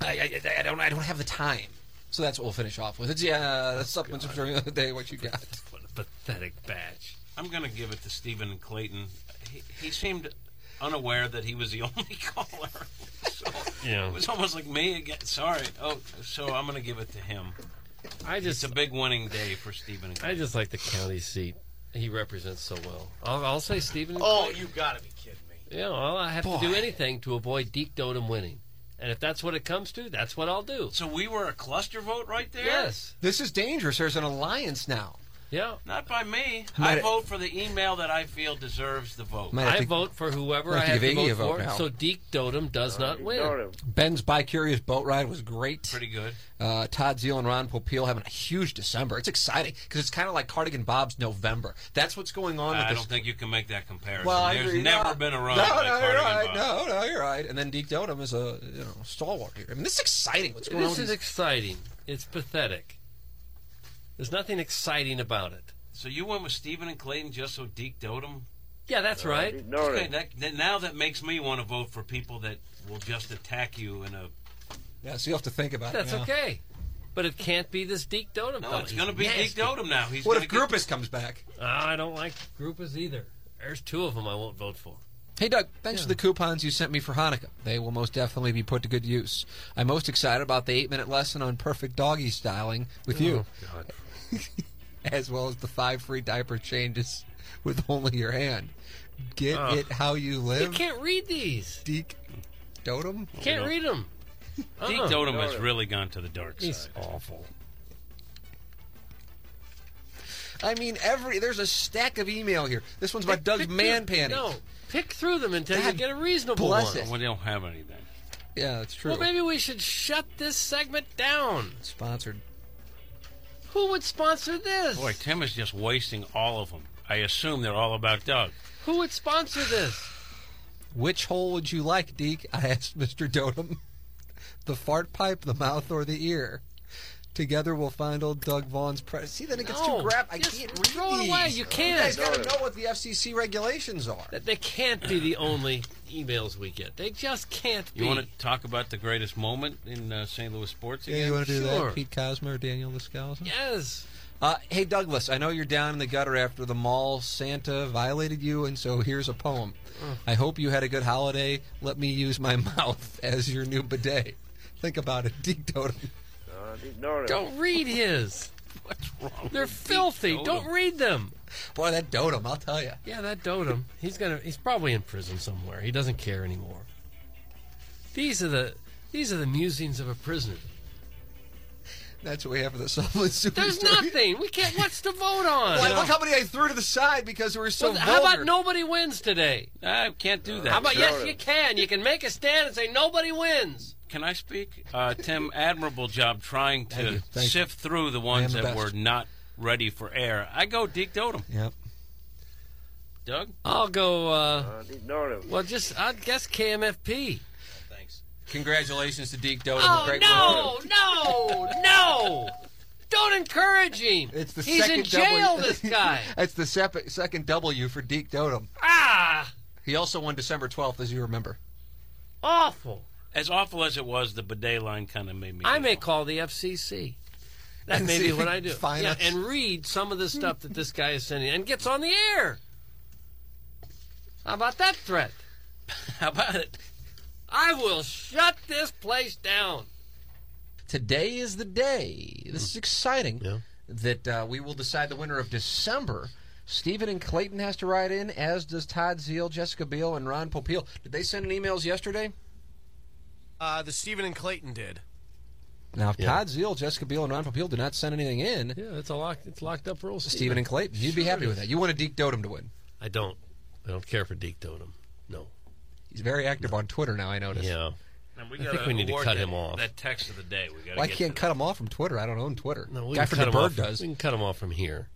E: I, I, I don't. I don't have the time. So that's what we'll finish off with. It's, yeah, that's supplements during the day. What you got?
C: What a pathetic batch.
H: I'm gonna give it to Stephen Clayton. He, he seemed unaware that he was the only caller. So
C: Yeah.
H: It was almost like me again. Sorry. Oh, so I'm gonna give it to him.
C: I just
H: it's a big winning day for Stephen.
C: I just like the county seat. He represents so well. I'll, I'll say Stephen.
K: Oh, you gotta be kidding me.
C: Yeah, well, I have to do anything to avoid Deke Dotem winning. And if that's what it comes to, that's what I'll do.
H: So we were a cluster vote right there.
C: Yes.
E: This is dangerous. There's an alliance now.
C: Yeah.
H: Not by me.
E: Might-
H: I vote for the email that I feel deserves the vote.
E: Might have
C: I
E: to-
C: vote for whoever
E: Might
C: I
E: have to
C: have to vote,
E: give Iggy a vote
C: for.
E: now.
C: So Oh, Deke Dotem does not win.
E: Ben's bi-curious boat ride was great.
H: Pretty good.
E: Uh, Todd Zeal and Ron Popeil having a huge December. It's exciting because it's kind of like Cardigan Bob's November. That's what's going on.
H: I
E: with
H: don't
E: this.
H: think you can make that comparison.
E: Well, I
H: There's
E: agree.
H: never
E: No.
H: been a run.
E: No,
H: like
E: no, you're
H: Cardigan
E: right.
H: Bob.
E: No, no, you're right. And then Deke Dotem is a you know stalwart here. I mean, this is exciting. What's going on?
C: This
E: with
C: is
E: these-
C: exciting. It's pathetic. There's nothing exciting about it.
H: So you went with Stephen and Clayton just so Deke Dotem?
C: Yeah, that's Uh, right. no, no.
H: Okay, that, that- now that makes me want to vote for people that will just attack you in a.
E: yeah, so you have to think about
C: That's
E: it. yeah.
C: okay. But it can't be this Deke Dotem.
H: No,
C: fellow.
H: it's
C: He's
H: going to be Deke
C: nasty.
H: Dotem now. He's
E: What
H: gonna
E: if
H: get-
E: Grupus comes back?
C: Ah, I don't like Grupas either. There's two of them I won't vote for.
E: Hey, Doug, thanks for the coupons you sent me for Hanukkah. They will most definitely be put to good use. I'm most excited about the eight minute lesson on perfect doggy styling with you,
H: Oh,
C: God.
E: as well as the five free diaper changes with only your hand. Get
C: Oh.
E: it how you live.
C: You can't read these.
E: Deke Dotem?
C: You can't read them.
H: Deke Dotem has really gone to the dark side.
C: He's awful.
E: I mean, every there's a stack of email here. This one's about Doug's man panties.
C: No, pick through them until
E: God
C: you get a reasonable
E: bless
C: one.
E: it.
H: Well, they don't have any then.
E: Yeah, that's true.
C: Well, maybe we should shut this segment down.
E: Sponsored.
C: Who would sponsor this?
H: Boy, Tim is just wasting all of them. I assume they're all about Doug.
C: Who would sponsor this?
E: Which hole would you like, Deke? I asked Mr. Dotem. The fart pipe, the mouth, or the ear? Together we'll find old Doug Vaughn's press. See, then it gets
C: No,
E: too grab. I
C: just
E: can't read
C: throw it
E: these.
C: away. You can't.
E: You guys gotta know what the FCC regulations are.
C: That they can't be the only emails we get. They just can't be.
H: You want to talk about the greatest moment in uh, St. Louis sports again?
E: Yeah, you want to do
C: Sure.
E: that, Pete Cosmer, Daniel Descalzo?
C: Yes.
E: Uh, hey, Douglas, I know you're down in the gutter after the mall Santa violated you, and so here's a poem.
C: Ugh.
E: I hope you had a good holiday. Let me use my mouth as your new bidet. Think about it, Deke Dotem.
I: no, no.
C: Don't read his.
H: What's wrong?
C: They're filthy.
E: Dotem.
C: Don't read them.
E: Boy, that Dotem, I'll tell you.
C: Yeah, that Dotem. He's gonna. He's probably in prison somewhere. He doesn't care anymore. These are the. These are the musings of a prisoner.
E: That's what we have for the supplement super
C: There's
E: story.
C: nothing. We can't. What's to vote on?
E: Well, Look how many I threw to the side because we were so
C: Well, how
E: vulgar.
C: about nobody wins today? Uh,
H: I can't do that.
C: How about yes, you can. You can make a stand and say nobody wins.
H: Can I speak? Uh, Tim, admirable job trying to
E: Thank you, thank you.
H: sift through the
E: I am
H: ones
E: the
H: that
E: best.
H: were not ready for air. I go Deke Dotem.
E: Yep.
H: Doug?
C: I'll go. Uh,
I: Uh, no,
C: well, just I guess KMFP.
L: Congratulations to Deke Doden.
C: Oh
L: Great
C: no,
L: work.
C: no, no! Don't encourage him.
E: It's the
C: He's
E: second E.
C: in jail.
E: W.
C: This guy.
E: it's the sep- second W for Deke Dotem.
C: ah,
E: He also won December 12th, as you remember.
C: awful.
H: As awful as it was, the bidet line kind of made me.
C: I may call the FCC. That
E: And
C: may
E: see
C: be
E: if
C: what
E: they
C: I do.
E: fine
C: yeah,
E: us.
C: and read some of the stuff that this guy is sending and gets on the air. How about that threat?
H: How about it?
C: I will shut this place down.
E: Today is the day. This is exciting
C: Yeah.
E: that uh, we will decide the winner of December. Stephen and Clayton has to write in, as does Todd Zeal, Jessica Biel, and Ron Popeil. Did they send in emails yesterday?
J: Uh, the Stephen and Clayton did.
E: Now, if Todd Zeal, Jessica Biel, and Ron Popeil did not send anything in,
C: Yeah, it's a locked. It's locked up rules.
E: Stephen and Clayton, you'd be happy with that. You want a Deke Dotem to win.
C: I don't. I don't care for Deke Dotem. No.
E: He's very active on Twitter now, I notice.
C: Yeah.
H: And
C: I think we need to
H: award
C: cut
H: that-
C: him off.
H: That text of the day. We got
E: Well, I can't cut him off from Twitter. I don't own Twitter.
C: No, we
E: Guy
C: can
E: from
C: cut
E: the
C: him off.
E: Bird does.
C: We can cut him off from here.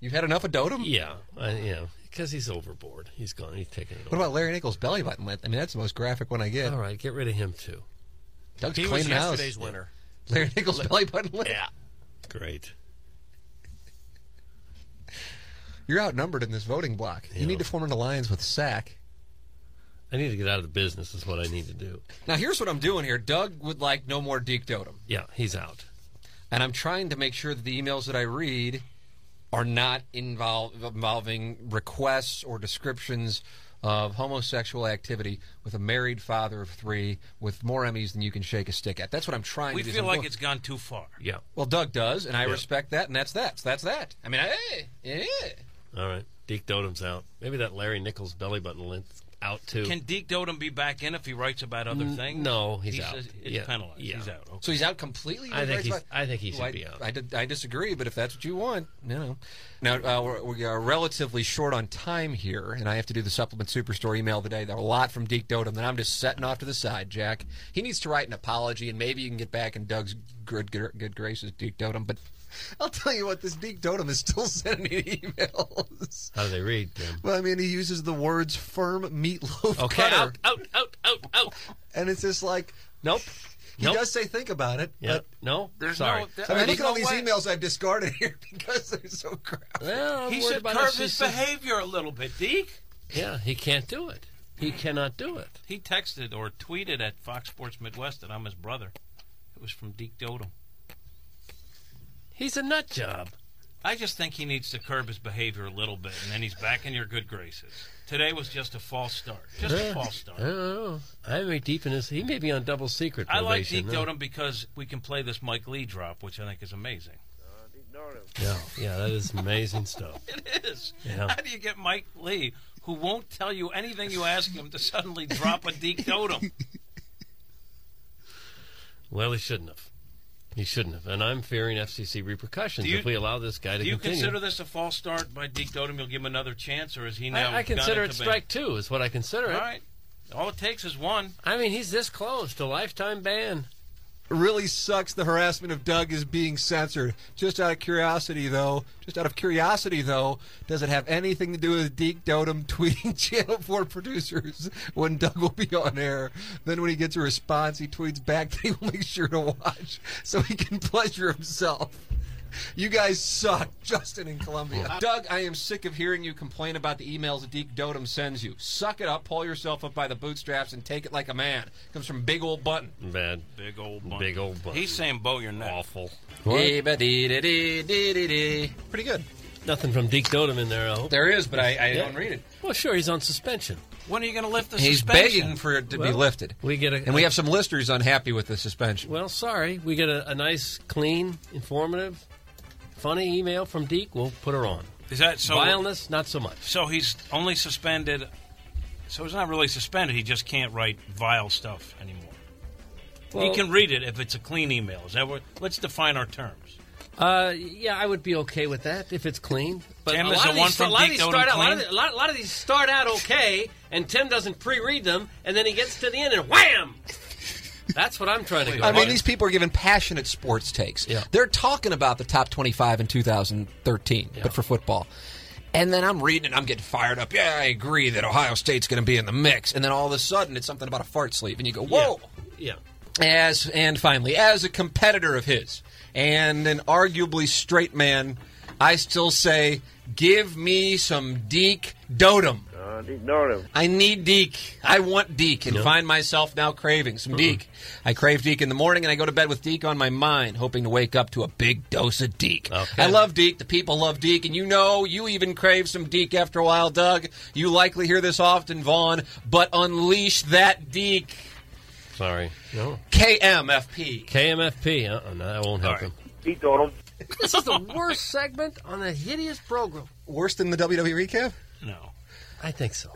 E: You've had enough of Dotem?
C: Yeah, I, yeah, because he's overboard. He's gone. He's taken it.
E: What about Larry Nichols' belly button? I mean, that's the most graphic one I get. All
C: right, get rid of him too.
E: Doug's
J: He was
E: cleaning house.
J: yesterday's winner.
E: Larry Nichols' belly button. winner.
C: Yeah, great.
E: You're outnumbered in this voting block. You need to form an alliance with SAC.
C: I need to get out of the business. Is what I need to do.
E: Now, here's what I'm doing here. Doug would like no more Deke Dotem.
C: Yeah, he's out.
E: And I'm trying to make sure that the emails that I read are not involve, involving requests or descriptions of homosexual activity with a married father of three with more Emmys than you can shake a stick at. That's what I'm trying
H: We
E: to do.
H: feel
E: I'm
H: like
E: going-
H: it's gone too far.
C: Yeah.
E: Well, Doug does, and I
H: Yeah.
E: respect that, and that's that. So that's that. I mean, I, eh, eh.
C: All right, Deke Dotem's out. Maybe that Larry Nichols belly button lint's out too.
H: Can Deke Dotem be back in if he writes about other
C: N-
H: things?
C: no, he's out.
H: It's
C: Yeah.
H: penalized.
C: Yeah.
H: He's out. Okay.
E: So he's out completely.
C: I think
E: Right,
C: he's-
E: so
C: I think he should
E: I,
C: be out.
E: I, did- I disagree, but if that's what you want, you know. Now uh, we're, we are relatively short on time here, and I have to do the supplement superstore email today. There are a lot from Deke Dotem that I'm just setting off to the side. Jack, he needs to write an apology, and maybe you can get back in Doug's good good, good graces, Deke Dotem. But I'll tell you what, this Deke Dotem is still sending me emails.
C: How do they read? Tim?
E: Well, I mean, he uses the words "firm meatloaf
C: Okay,
E: cutter,"
C: out, out, out, out, out.
E: and it's just like,
C: nope.
E: He
C: Nope.
E: does say think about it,
C: Yeah.
E: but
C: No.
E: There's
C: Sorry.
E: no- I mean, look at all these emails I've discarded here because they're so crap.
C: Well, I'm
H: he
C: worried
H: should
C: about
H: curb
C: us
H: his
C: just-
H: behavior a little bit, Deke.
C: Yeah, he can't do it. He cannot do it.
H: He texted or tweeted at Fox Sports Midwest that I'm his brother. It was from Deke Dotem.
C: He's a nut job.
H: I just think he needs to curb his behavior a little bit, and then he's back in your good graces. Today was just a false start. Just a
C: Uh,
H: false start.
C: I don't know. I may deep in his. He may be on double secret.
H: I like Deke
C: probation, huh?
H: Dotem because we can play this Mike Lee drop, which I think is amazing.
C: Yeah, yeah, that is amazing stuff.
H: It is.
C: Yeah.
H: How do you get Mike Lee, who won't tell you anything you ask him, to suddenly drop a Deke Dotem?
C: Well, he shouldn't have. He shouldn't have. And I'm fearing FCC repercussions
H: Do you-
C: if we allow this guy to
H: Do you
C: continue.
H: consider this a false start by Deke Dotem? You'll give him another chance, or is he now?
C: I, I
H: gone
C: consider it
H: into
C: strike two. Is what I
H: ban?
C: consider it.
H: All right. All it takes is one.
C: I mean, he's this close to lifetime ban.
E: really sucks the harassment of Doug is being censored. Just out of curiosity, though, just out of curiosity, though, does it have anything to do with Deke Dotem tweeting Channel 4 producers when Doug will be on air? Then when he gets a response, he tweets back that he will make sure to watch so he can pleasure himself. You guys suck, Justin in Columbia. Doug, I am sick of hearing you complain about the emails that Deke Dotem sends you. Suck it up, pull yourself up by the bootstraps, and take it like a man. Comes from Big Old Button.
C: Bad.
H: Big old button.
C: Big old button.
H: He's saying bow your neck.
C: Awful.
E: Eh, Pretty good.
C: Nothing from Deke Dotem in there, I hope.
E: There is, but I- I don't read it.
C: Well, sure, he's on suspension.
H: When are you going to lift the
E: He's
H: suspension?
E: begging for it to be
C: Well,
E: lifted.
C: we get a-
E: and we have some listeners unhappy with the suspension.
C: Well, sorry. We get a, a nice, clean, informative, funny email from Deke. We'll put her on.
H: Is that so?
C: Vileness, not so much.
H: So he's only suspended. So he's not really suspended. He just can't write vile stuff anymore.
C: Well-
H: he can read it if it's a clean email. Is that what? Let's define our terms.
C: Uh, yeah, I would be okay with that if it's clean. But
H: Tim,
C: a
H: is
C: lot
H: the
C: of
H: one
C: these,
H: from
C: a lot of
H: Deke
C: these start
H: Dotem
C: out, a lot of,
H: clean?
C: the- a lot, a lot of these start out okay, and Tim doesn't pre-read them, and then he gets to the end and wham! That's what I'm trying to go.
E: I mean,
C: on.
E: these people are giving passionate sports takes. They're talking about the top 25 in 2013, but for football. And then I'm reading and I'm getting fired up. Yeah, I agree that Ohio State's going to be in the mix. And then all of a sudden, it's something about a fart sleeve. And you go, whoa.
C: yeah.
E: As And finally, as a competitor of his and an arguably straight man, I still say, give me some Deke Dotem.
I: Uh, Deke Dotem.
E: I need Deke. I want Deke and find myself now craving some Deke. I crave Deke in the morning and I go to bed with Deke on my mind, hoping to wake up to a big dose of Deke. I love Deke. The people love Deke. And you know, you even crave some Deke after a while, Doug. You likely hear this often, Vaughn, but unleash that Deke.
C: Sorry. No.
E: KMFP.
C: KMFP. Uh-uh, no, that won't help him.
I: Deke Dotem.
C: This is the worst segment on a hideous program.
E: Worse than the E WWE recap?
H: No.
C: I think so.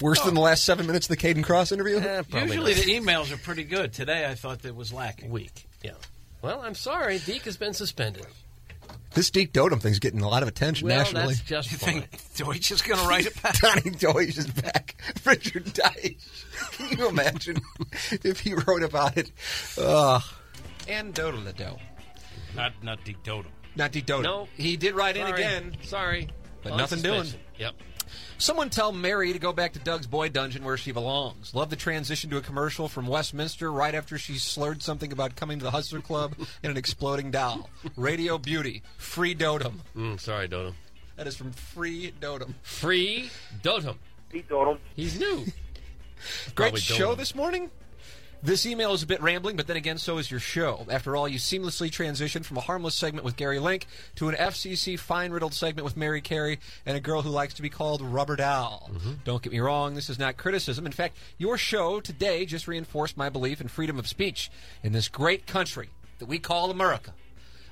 E: Worse than the last seven minutes of the Caden Cross interview?
H: Usually the emails are pretty good. Today I thought that was lacking.
C: Weak. Yeah. Well, I'm sorry. Deke has been suspended.
E: This Deke Dotem thing's getting a lot of attention
C: Well,
E: nationally.
C: that's just
H: You
C: fine.
H: think Deutsch is going to write it back?
E: Donnie Deutsch is back. Richard Deitch. Can you imagine if he wrote about it? Ugh. And Dodo the Doe.
H: Not not Deke Dotem.
E: Not Deke Dotem.
C: No.
E: He did write in
C: Sorry.
E: again.
C: Sorry.
E: But
C: On
E: nothing doing.
C: suspension. Yep.
E: Someone tell Mary to go back to Doug's boy dungeon where she belongs. Love the transition to a commercial from Westminster right after she slurred something about coming to the Hustler Club in an exploding doll. Radio Beauty. Free Dotem.
C: Mm, sorry, Dotem.
E: That is from Free Dotem.
C: Free Dotem.
I: Free Dotem.
C: He's new.
E: Great
C: Probably
E: show
C: Dotem.
E: this morning. This email is a bit rambling, but then again, so is your show. After all, you seamlessly transitioned from a harmless segment with Gary Link to an FCC fine riddled segment with Mary Carey and a girl who likes to be called Rubber Doll. Don't get me wrong, this is not criticism. In fact, your show today just reinforced my belief in freedom of speech in this great country that we call America.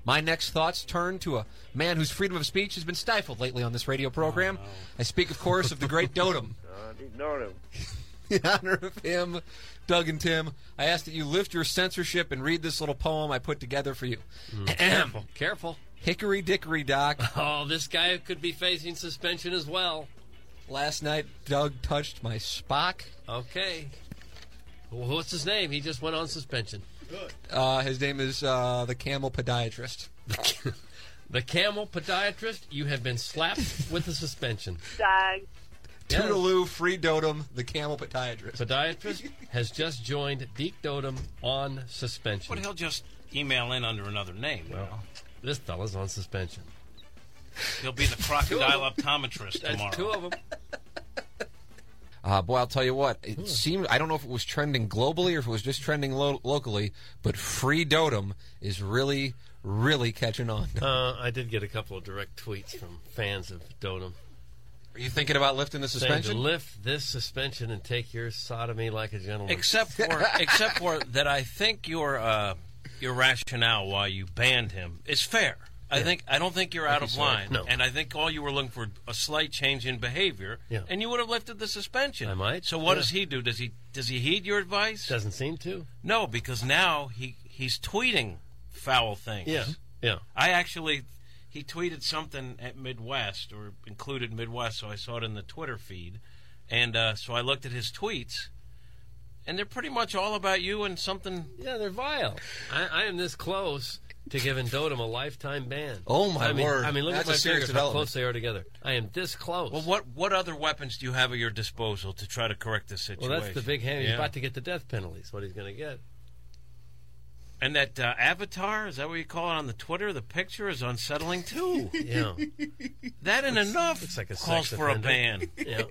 E: My next thoughts turn to a man whose freedom of speech has been stifled lately on this radio program. I speak, of course, of the great Dotem.
I: Uh, ignore him.
E: in honor of him, Doug and Tim, I ask that you lift your censorship and read this little poem I put together for you.
C: Careful. Careful.
E: Hickory Dickory Doc.
C: Oh, this guy could be facing suspension as well.
E: Last night, Doug touched my Spock.
C: Okay. Well, what's his name? He just went on suspension. Good.
E: Uh, his name is uh, the Camel Podiatrist.
C: The camel podiatrist, you have been slapped with a suspension.
M: Doug.
C: Yes.
E: Toodaloo, free dotem, the camel podiatrist.
C: Podiatrist has just joined Deke Dotem on suspension.
H: But he'll just email in under another name. you know?
C: Well, this fella's on suspension.
H: He'll be the crocodile optometrist tomorrow.
C: Two of them.
E: Uh, boy, I'll tell you what. It seemed I don't know if it was trending globally or if it was just trending lo- locally, but free dotem is really, really catching on.
C: Uh, I did get a couple of direct tweets from fans of Dotem.
E: Are you thinking about lifting the
C: Saying to
E: suspension?
C: lift this suspension and take your sodomy like a gentleman.
H: Except for except for that, I think your uh, your rationale why you banned him is fair. I
C: Yeah.
H: think I don't think you're
C: Thank
H: out
C: you,
H: of
C: sir.
H: line,
C: No.
H: and I think all you were looking for a slight change in behavior,
C: Yeah.
H: and you would have lifted the suspension.
C: I might.
H: So what
C: Yeah.
H: does he do? Does he does he heed your advice?
C: Doesn't seem to.
H: No, because now he he's tweeting foul things.
C: Yeah, yeah.
H: I actually he tweeted something at Midwest or included Midwest, so I saw it in the Twitter feed, and uh, so I looked at his tweets, and they're pretty much all about you and something.
C: Yeah, they're vile. I, I am this close to giving Dotem a lifetime ban.
E: Oh, my
C: I mean,
E: word.
C: I mean, look
E: That's
C: at my
E: a serious
C: fingers, how
E: development.
C: close they are together. I am this close.
H: Well, what what other weapons do you have at your disposal to try to correct this
C: Well,
H: situation?
C: that's the big hand. He's
H: Yeah.
C: about to get the death penalty. Is what he's going to get.
H: And that uh, avatar is that what you call it on the Twitter? The picture is unsettling too.
C: Yeah.
H: that and enough
C: Looks like a
H: calls
C: sex
H: for a
C: offender.
H: ban.
C: Yeah.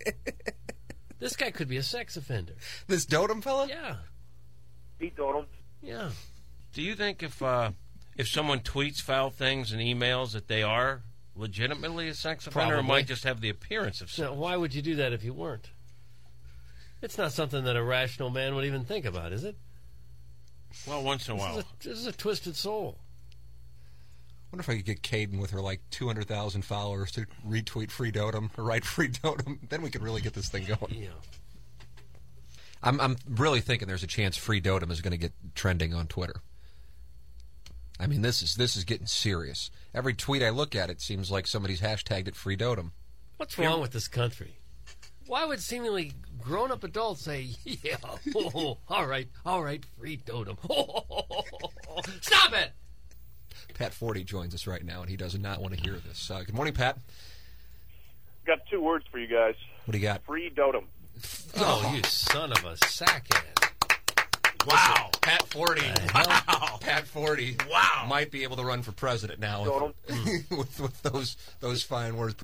C: this guy could be a sex offender.
E: This dotem fella?
C: Yeah.
I: Free Dotem.
C: Yeah.
H: Do you think if uh, if someone tweets foul things and emails that they are legitimately a sex offender, or
C: Probably.
H: might just have the appearance of
C: Now,
H: so?
C: why would you do that if you weren't? It's not something that a rational man would even think about, is it?
H: Well, once in a
C: This,
H: while,
C: is, a, this is a twisted soul.
E: wonder if I could get Caden with her like 200,000 followers to retweet Free Dotem or write Free Dotem. Then we could really get this thing going.
C: Yeah.
E: I'm, I'm really thinking there's a chance Free Dotem is going to get trending on Twitter. I mean, this is this is getting serious. Every tweet I look at, it seems like somebody's hashtagged it Free Dotem.
C: What's wrong with this country? Why would seemingly grown-up adults say, "Yeah, oh, all right, all right, free totem"? Stop it!
E: Pat Forty joins us right now, and he does not want to hear this. Uh, good morning, Pat.
O: Got two words for you guys.
E: What do you got?
O: Free dotem.
C: Oh, you son of a sackhead!
E: Wow, Pat Forty. Wow, Pat Forty. Wow, might be able to run for president now with, with, with those those fine words.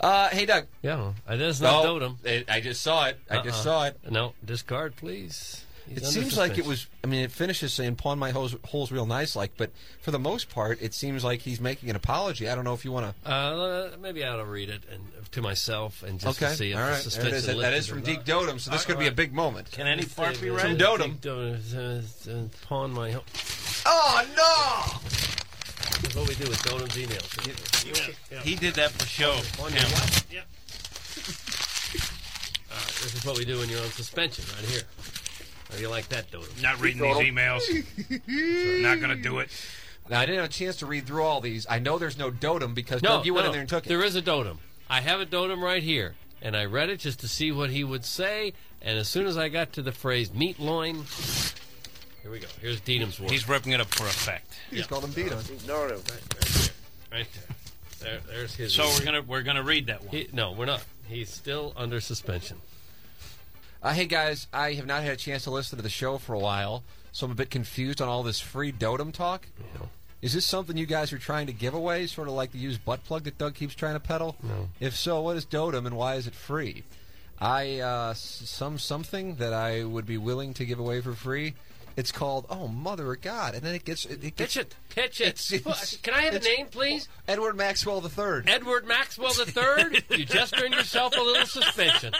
E: Uh, hey, Doug.
C: Yeah, it is not
E: No,
C: totem.
E: it- I just saw it. I just
C: Uh-uh.
E: saw it.
C: No, discard, please. He's
E: It
C: under
E: seems like it
C: suspension.
E: was. I mean, it finishes saying "pawn my holes, holes real nice," like. But for the most part, it seems like he's making an apology. I don't know if you want to.
C: Uh, maybe I ought to read it and to myself and just to
E: okay,
C: see if
E: all
C: the
E: right. There it
C: suspension
E: is. That- that is
C: lifted
E: from
C: or
E: Deke
C: not.
E: Dotem, so this
C: All
E: could be a
C: right.
E: big moment.
H: Can any part be
E: From
H: read?
C: Deke
E: Dotem.
C: Dotem, uh, uh, Pawn my home.
E: Oh
C: That's what we do with Dotem's emails.
H: He did that for show.
C: Pawn
H: Yeah.
C: your what? Yep. All right, this is what we do when you're on suspension, right here. How do you like that, Dotem?
H: Not reading these emails. Not gonna do it.
E: Now I didn't have a chance to read through all these. I know there's no Dotem because
C: No,
E: Doug, you went
C: no,
E: in there and took it.
C: There is a Dotem. I have a Dotem right here, and I read it just to see what he would say. And as soon as I got to the phrase meat loin,
P: Here we go. Here's Deedham's work.
H: He's ripping it up for effect.
E: He's called him Deedham.
I: Ignore him.
P: Right there. there there's his.
H: So we're gonna we're gonna read that one.
P: He, no, we're not. He's still under suspension.
E: Uh, hey guys, I have not had a chance to listen to the show for a while, so I'm a bit confused on all this free dotem talk. Is this something you guys are trying to give away, sort of like the used butt plug that Doug keeps trying to peddle?
P: No.
E: If so, what is dotem and why is it free? I uh, s- some something that I would be willing to give away for free. It's called oh mother of God, and then it gets it, it gets
P: Pitch it. Pitch it.
E: It's- it's-
P: Can I have a
E: it's-
P: name, please?
E: Edward Maxwell the Third.
P: Edward Maxwell III. you just earned yourself a little suspension.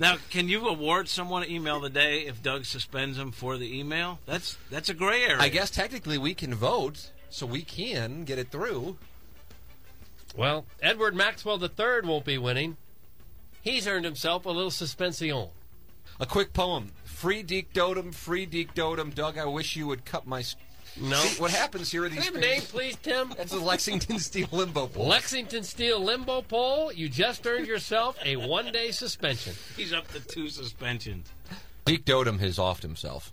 H: Now, can you award someone an email today if Doug suspends him for the email? That's that's a gray area.
E: I guess technically we can vote, so we can get it through.
P: Well, Edward Maxwell III won't be winning. He's earned himself a little suspension.
E: A quick poem. Free Deke Dotem, free Deke Dotem. Doug, I wish you would cut my. St-
P: No.
E: See, what happens here are
P: Can I
E: these
P: have a
E: things.
P: name, please, Tim?
E: That's the Lexington Steel Limbo poll.
P: Lexington Steel Limbo Pole. You just earned yourself a one-day suspension.
H: he's up to two suspensions.
E: Deke Dotem has offed himself.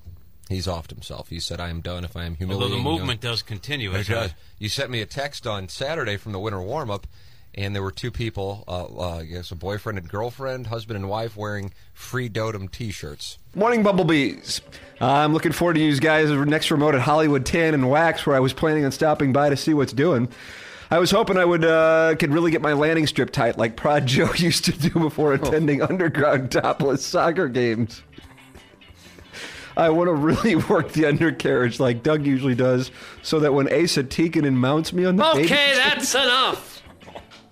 E: He's offed himself. He said, "I am done if I am
H: Although
E: humiliating."
H: the
E: young-"
H: movement does continue.
E: It
H: isn't
E: does. You sent me a text on Saturday from the winter warm up, and there were two people, uh, uh, I guess a boyfriend and girlfriend, husband and wife, wearing free Dotem t shirts.
A: Morning, Bumblebees. I'm looking forward to you guys' next remote at Hollywood Tan and Wax, where I was planning on stopping by to see what's doing. I was hoping I would uh, could really get my landing strip tight, like Prod Joe used to do before attending underground topless soccer games. I want to really work the undercarriage like Doug usually does, so that when Asa Tekin mounts me on the baby-
P: Okay, that's enough.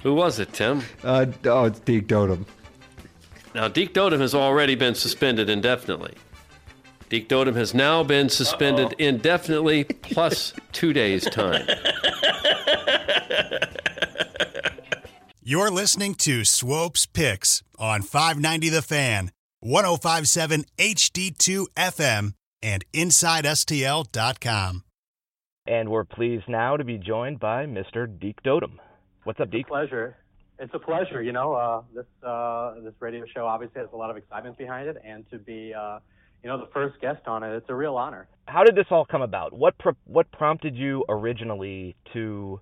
P: Who was it, Tim?
A: Uh, oh, it's Deke Dotem.
P: Now, Deke Dotem has already been suspended indefinitely. Deke Dotem has now been suspended indefinitely plus two days' time.
G: You're listening to Swope's Picks on 590 The Fan, 1057 HD2 FM, and InsideSTL.com.
F: And we're pleased now to be joined by Mr. Deke Dotem. What's up, Deke?
C: pleasure. It's a pleasure. You know, uh, this uh, this radio show obviously has a lot of excitement behind it, and to be uh, you know the first guest on it, it's a real honor.
F: How did this all come about? What pro- what prompted you originally to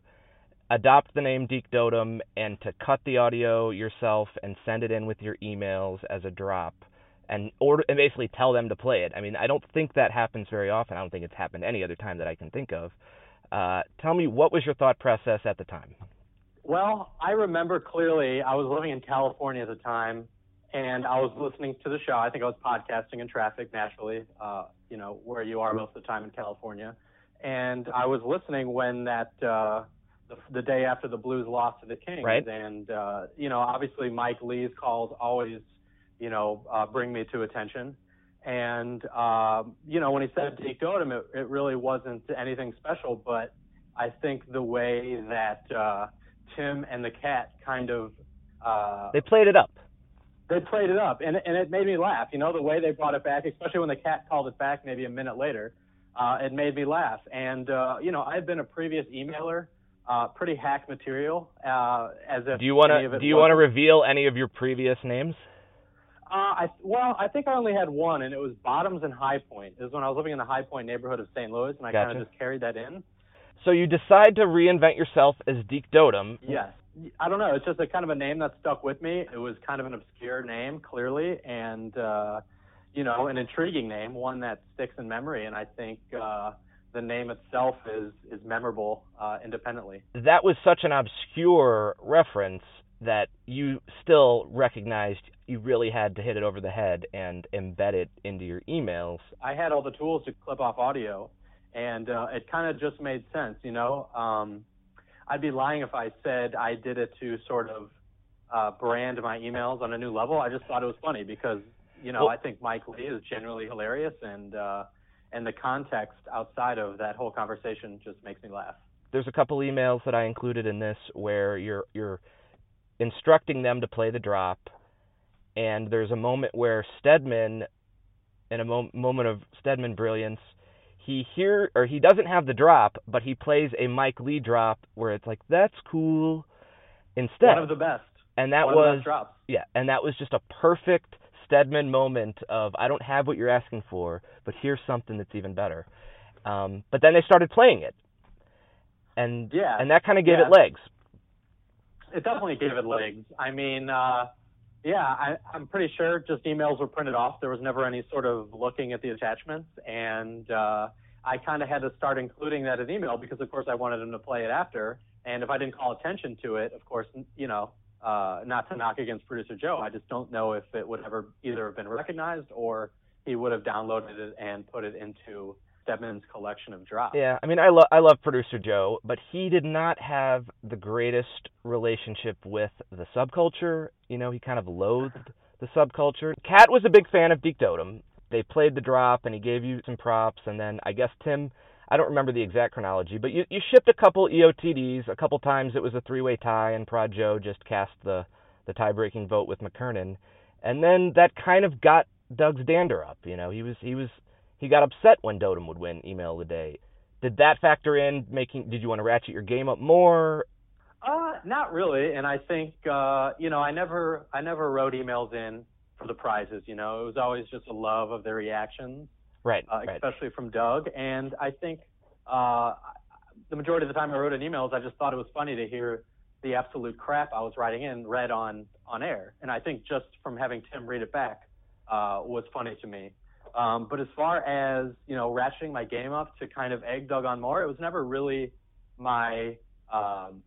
F: adopt the name Deke Dotem and to cut the audio yourself and send it in with your emails as a drop and order and basically tell them to play it? I mean, I don't think that happens very often. I don't think it's happened any other time that I can think of. Uh, tell me what was your thought process at the time?
C: Well, I remember clearly I was living in California at the time, and I was listening to the show. I think I was podcasting in traffic naturally, uh, you know, where you are most of the time in California. And I was listening when that uh, the, the day after the Blues lost to the Kings,
F: Right.
C: and uh, you know, obviously Mike Lee's calls always, you know, uh, bring me to attention. And um, you know, when he said Deke Dotem, it, it really wasn't anything special, but I think the way that uh, Tim and the cat kind of uh,
F: They played it up.
C: they played it up, and and it made me laugh. You know the way they brought it back, especially when the cat called it back maybe a minute later. Uh, it made me laugh, and uh, you know I've been a previous emailer, uh, pretty hack material. Uh, as if
F: Do you want
C: any of
F: to
C: it
F: do you
C: was-
F: want to reveal any of your previous names?
C: Uh, I well I think I only had one, and it was Bottoms and High Point. It was when I was living in the High Point neighborhood of St. Louis, and I kind
F: Gotcha.
C: of just carried that in.
F: So you decide to reinvent yourself as Deke Dotem.
C: Yes. I don't know. It's just a kind of a name that stuck with me. It was kind of an obscure name, clearly, and uh, you know, an intriguing name, one that sticks in memory. And I think uh, the name itself is is memorable uh, independently.
F: That was such an obscure reference that you still recognized you really had to hit it over the head and embed it into your emails.
C: I had all the tools to clip off audio, and uh, it kind of just made sense, you know. Um, I'd be lying if I said I did it to sort of uh, brand my emails on a new level. I just thought it was funny because, you know,
F: Well-
C: I think Mike Lee is generally hilarious, and uh, and the context outside of that whole conversation just makes me laugh.
F: There's a couple emails that I included in this where you're you're instructing them to play the drop, and there's a moment where Stedman, in a mo- moment of Stedman brilliance, he hear or he doesn't have the drop, but he plays a Mike Lee drop where it's like that's cool instead.
C: One of the best.
F: and that
C: One of the
F: was
C: best drops.
F: yeah, and that was just a perfect
I: Stedman moment of I don't have what you're asking for, but here's something that's even better. Um, but then they started playing it, and
C: Yeah.
I: and that kind of gave
C: Yeah.
I: it legs.
C: It definitely gave it legs. I mean, uh, yeah, I, I'm pretty sure just emails were printed off. There was never any sort of looking at the attachments, and uh, I kind of had to start including that as email because, of course, I wanted them to play it after. And if I didn't call attention to it, of course, n- you know, uh, not to knock against producer Joe, I just don't know if it would ever either have been recognized or he would have downloaded it and put it into Stedman's collection of drops.
I: Yeah, I mean, I love I love producer Joe, but he did not have the greatest relationship with the subculture. You know, he kind of loathed the subculture. Cat was a big fan of Deke Dotem. They played the drop, and he gave you some props, and then I guess Tim. I don't remember the exact chronology, but you, you shipped a couple E EOTDs. A couple times it was a three way tie, and Prod Joe just cast the, the tie breaking vote with McKernan. And then that kind of got Doug's dander up. You know, he was he was he got upset when Dotem would win email of the day. Did that factor in making? Did you want to ratchet your game up more?
C: Uh, not really. And I think uh, you know, I never I never wrote emails in for the prizes. You know, it was always just a love of the reactions,
I: Right,
C: uh,
I: right.
C: especially from Doug. And I think uh, the majority of the time I wrote in emails, I just thought it was funny to hear the absolute crap I was writing in read on on air. And I think just from having Tim read it back uh, was funny to me. Um, but as far as you know, ratcheting my game up to kind of egg Doug on more, it was never really my um,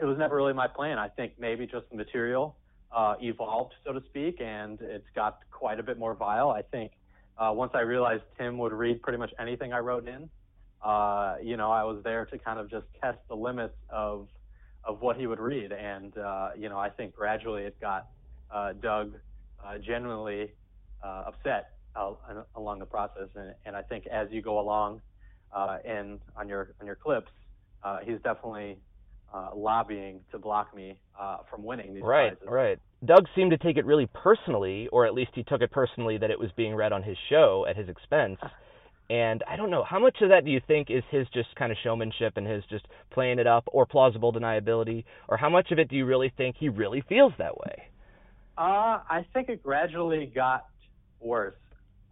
C: it was never really my plan. I think maybe just the material uh, evolved, so to speak, and it's got quite a bit more vile. I think uh, once I realized Tim would read pretty much anything I wrote in, uh, you know, I was there to kind of just test the limits of of what he would read, and uh, you know, I think gradually it got uh, Doug uh, genuinely uh, upset uh, along the process, and, and I think as you go along uh, in on your on your clips, uh, he's definitely uh, lobbying to block me uh, from winning these
I: Right,
C: prizes.
I: right. Doug seemed to take it really personally, or at least he took it personally that it was being read on his show at his expense. And I don't know how much of that do you think is his just kind of showmanship and his just playing it up, or plausible deniability, or how much of it do you really think he really feels that way?
C: Uh, I think it gradually got worse.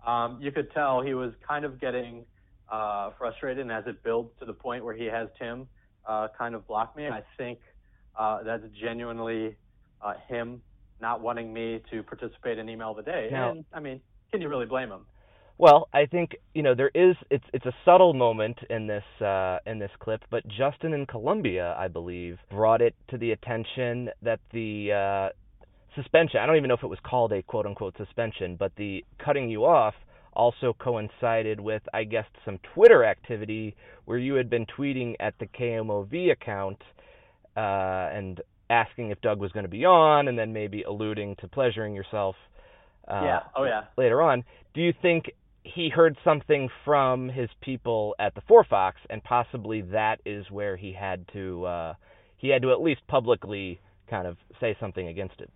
C: Um, you could tell he was kind of getting uh, frustrated, and as it builds to the point where he has Tim uh, kind of block me, I think uh, that's genuinely uh, him not wanting me to participate in email of the day.
I: Now-
C: and I mean, can you really blame him?
I: Well, I think you know there is it's it's a subtle moment in this uh, in this clip, but Justin in Colombia, I believe, brought it to the attention that the uh, suspension I don't even know if it was called a quote unquote suspension, but the cutting you off also coincided with I guess some Twitter activity where you had been tweeting at the KMOV account uh, and asking if Doug was going to be on, and then maybe alluding to pleasuring yourself. Uh,
C: Yeah. Oh, yeah.
I: Later on, do you think he heard something from his people at the Four Fox, and possibly that is where he had to uh, he had to at least publicly kind of say something against it?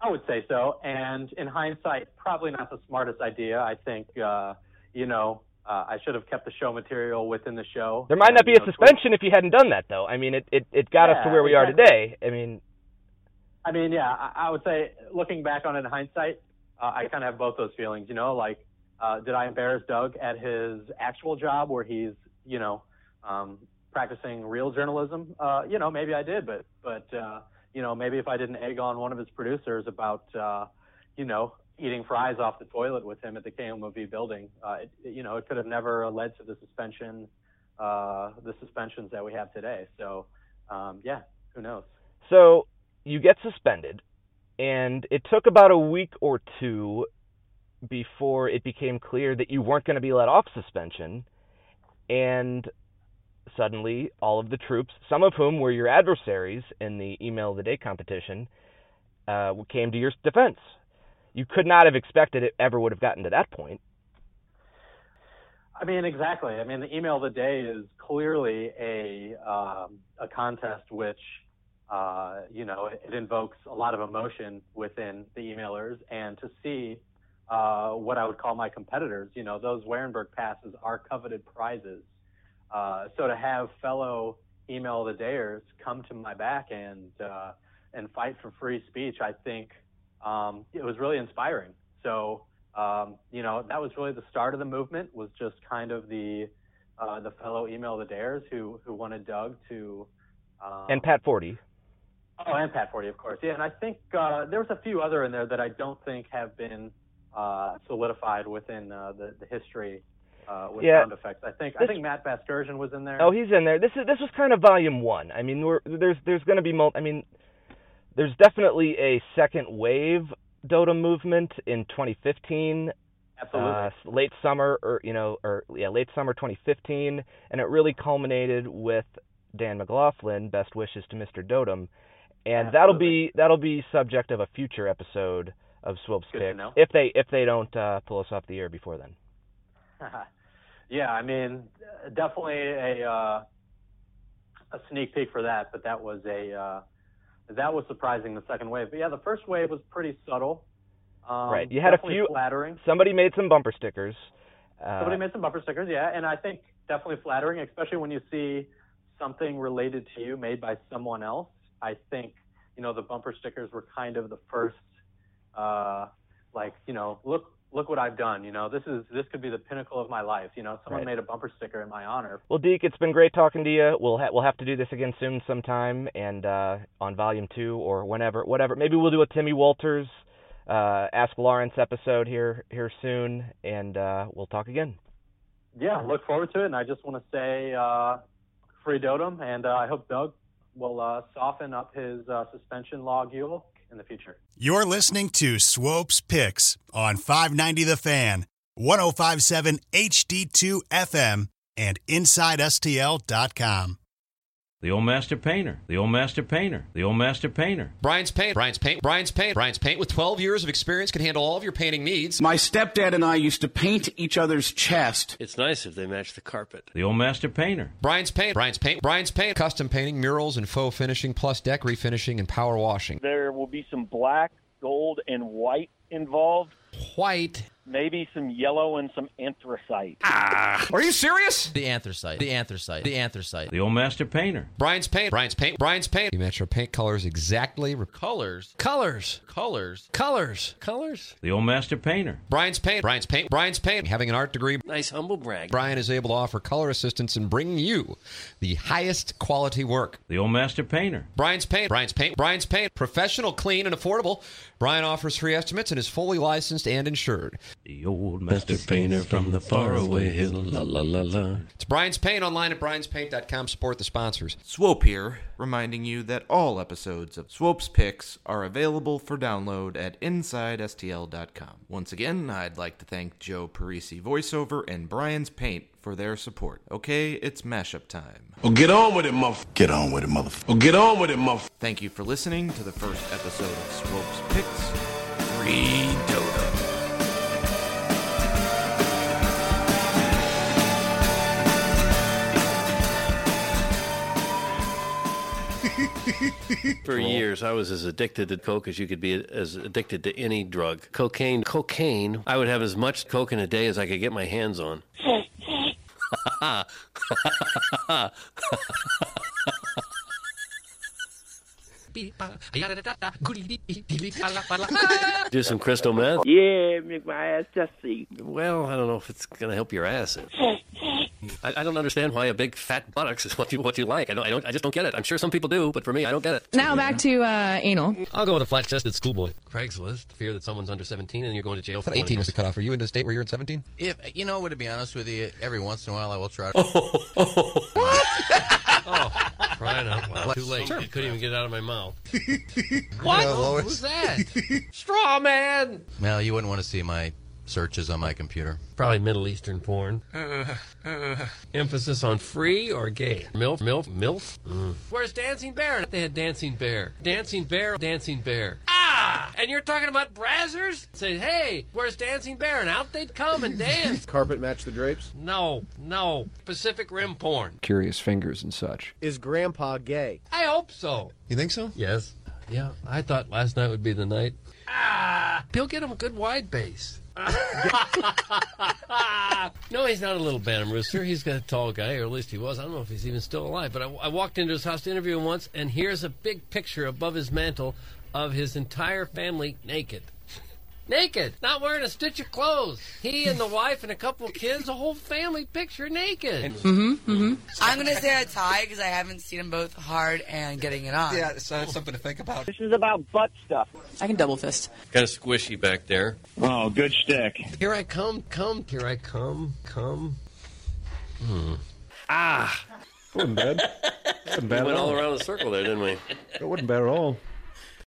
C: I would say so. And in hindsight, probably not the smartest idea. I think, uh, you know, uh, I should have kept the show material within the show.
I: There might
C: And,
I: not be
C: you
I: a
C: know,
I: suspension if you hadn't done that, though. I mean, it it, it got us to
C: Yeah,
I: where we are today.
C: exactly.
I: I mean,
C: I mean, yeah, I, I would say looking back on it in hindsight, uh, I kind of have both those feelings. You know, like uh, did I embarrass Doug at his actual job where he's, you know, um, practicing real journalism? Uh, you know, maybe I did, but but uh, you know, maybe if I didn't egg on one of his producers about, uh, you know, eating fries off the toilet with him at the KMOV building, uh, it, it- you know, it could have never led to the suspension, uh, the suspensions that we have today. So, um, yeah, who knows.
I: So you get suspended, and it took about a week or two before it became clear that you weren't going to be let off suspension. And suddenly, all of the troops, some of whom were your adversaries in the email of the day competition, uh, came to your defense. You could not have expected it ever would have gotten to that point.
C: I mean, exactly. I mean, the email of the day is clearly a um, a contest which, uh, you know, it, it invokes a lot of emotion within the emailers, and to see uh, what I would call my competitors, you know, those Warenberg passes are coveted prizes. Uh, so to have fellow email of the dayers come to my back and uh, and fight for free speech, I think
Q: um, it was really inspiring. So um, you know that was really the start of the movement was just kind of the uh, the fellow email the dares who who wanted Doug to um,
I: and Pat Forty.
Q: Oh, and Pat Forty, of course. Yeah, and I think uh, there was a few other in there that I don't think have been uh, solidified within uh, the, the history uh, with
I: Yeah.
Q: sound effects. I think I
I: This-
Q: think Matt Basturgeon was in there.
I: Oh, he's in there. This is this was kind of volume one. I mean, we're, there's there's going to be mul- I mean, there's definitely a second wave Dota movement in 2015.
Q: Absolutely.
I: uh, s- late summer, or you know, or yeah, late summer 2015, and it really culminated with Dan McLaughlin. Best wishes to Mr. Dotem, and that'll be that'll be subject of a future episode of Swope's
Q: Good to
I: Pick
Q: know.
I: if they if they don't uh, pull us off the air before then.
Q: yeah, I mean, uh, definitely a uh, a sneak peek for that, but that was a uh, that was surprising the second wave. But yeah, the first wave was pretty subtle. Um,
I: right, you had a
Q: definitely
I: few
Q: flattering.
I: Somebody made some bumper stickers. Uh,
Q: Somebody made some bumper stickers, yeah, and I think definitely flattering, especially when you see something related to you made by someone else. I think you know the bumper stickers were kind of the first, uh, like you know, look look what I've done. You know, this is this could be the pinnacle of my life. You know, someone
I: Right.
Q: made a bumper sticker in my honor.
I: Well, Deke, it's been great talking to you. We'll ha- we'll have to do this again soon, sometime, and uh, on Volume Two or whenever, whatever. Maybe we'll do a Timmy Walters, uh, Ask Lawrence episode here here soon, and uh, we'll talk again.
Q: Yeah, look forward to it, and I just want to say uh, free Dotem, and uh, I hope Doug will uh, soften up his uh, suspension log yule in the future.
G: You're listening to Swope's Picks on 590 The Fan, 1057 HD2 FM, and InsideSTL.com.
R: The old master painter. The old master painter. The old master painter.
E: Brian's Paint. Brian's Paint. Brian's Paint. Brian's Paint with 12 years of experience can handle all of your painting needs.
D: My stepdad and I used to paint each other's chest.
E: It's nice if they match the carpet.
R: The old master painter.
E: Brian's Paint. Brian's Paint. Brian's Paint.
S: Custom painting, murals, and faux finishing, plus deck refinishing and power washing.
T: There will be some black, gold, and white involved.
E: White.
T: Maybe some yellow and some anthracite.
E: Are you serious?
U: The anthracite. The anthracite. The anthracite.
R: The old master painter.
E: Brian's Paint. Brian's Paint. Brian's Paint.
S: You match your paint colors exactly.
U: Colors.
E: Colors.
U: Colors.
E: Colors. Colors.
R: The old master painter.
E: Brian's Paint. Brian's Paint. Brian's Paint.
S: Having an art degree,
E: Nice humble brag.
S: Brian is able to offer color assistance and bring you the highest quality work.
R: The old master painter.
E: Brian's Paint. Brian's Paint. Brian's Paint. Professional, clean, and affordable. Brian offers free estimates and is fully licensed and insured.
R: The old master painter from the faraway hill. La la la la.
E: It's Brian's Paint online at brianspaint.com. Support the sponsors.
F: Swope here, reminding you that all episodes of Swope's Picks are available for download at InsideSTL.com. Once again, I'd like to thank Joe Parisi VoiceOver and Brian's Paint for their support. Okay, it's mashup time.
D: Oh, get on with it, motherfucker. Get on with it, motherfucker. Oh, get on with it, motherfucker.
F: Thank you for listening to the first episode of Swope's Picks. Free Dota.
V: For years, I was as addicted to coke as you could be as addicted to any drug. Cocaine, cocaine. I would have as much coke in a day as I could get my hands on. Do some crystal meth.
W: Yeah, make my ass dusty.
V: Well, I don't know if it's gonna help your ass. I, I don't understand why a big fat buttocks is what you what you like. I don't, I don't. I just don't get it. I'm sure some people do, but for me, I don't get it.
X: Now back to uh, anal.
C: I'll go with a flat chested schoolboy. Craigslist. Fear that someone's under 17 and you're going to jail for 20
S: 18
C: years.
S: is the cutoff. Are you in the state where you're in 17?
H: If you know, to be honest with you, every once in a while I will try.
C: Crying out loud. Oh, Too late. I couldn't even get it out of my mouth.
H: What?
C: Lois. Who's that? Straw man.
H: Mel, you wouldn't want to see my searches on my computer.
C: Probably Middle Eastern porn. Emphasis on free or gay. Milf, milf, milf. Mm. Where's Dancing Bear? They had Dancing Bear. Dancing Bear, Dancing Bear. Ah! And you're talking about Brazzers? Say, hey, where's Dancing Bear? And out they'd come and dance.
Y: Carpet match the drapes?
C: No, no. Pacific Rim porn.
A: Curious fingers and such.
Y: Is Grandpa gay?
C: I hope so.
S: You think so?
C: Yes. Yeah, I thought last night would be the night. Ah! Bill, get him a good wide base. no, he's not a little bantam rooster. He's got a tall guy, or at least he was. I don't know if he's even still alive. But I, I walked into his house to interview him once, and here's a big picture above his mantle of his entire family naked. Naked, not wearing a stitch of clothes. He and the wife and a couple of kids, the whole family picture naked.
G: Mm-hmm. I'm gonna say a tie because I haven't seen them both hard and getting it on.
Z: Yeah, so that's something to think about.
G: This is about butt stuff. I can double fist.
H: Kind of squishy back there.
I: Oh, good shtick.
C: Here I come, come, here I come, come.
H: Hmm.
C: Ah.
A: Wasn't bad. Wasn't bad
H: we
A: at
H: went all
A: all.
H: around the circle there, didn't we?
A: It wasn't bad at all.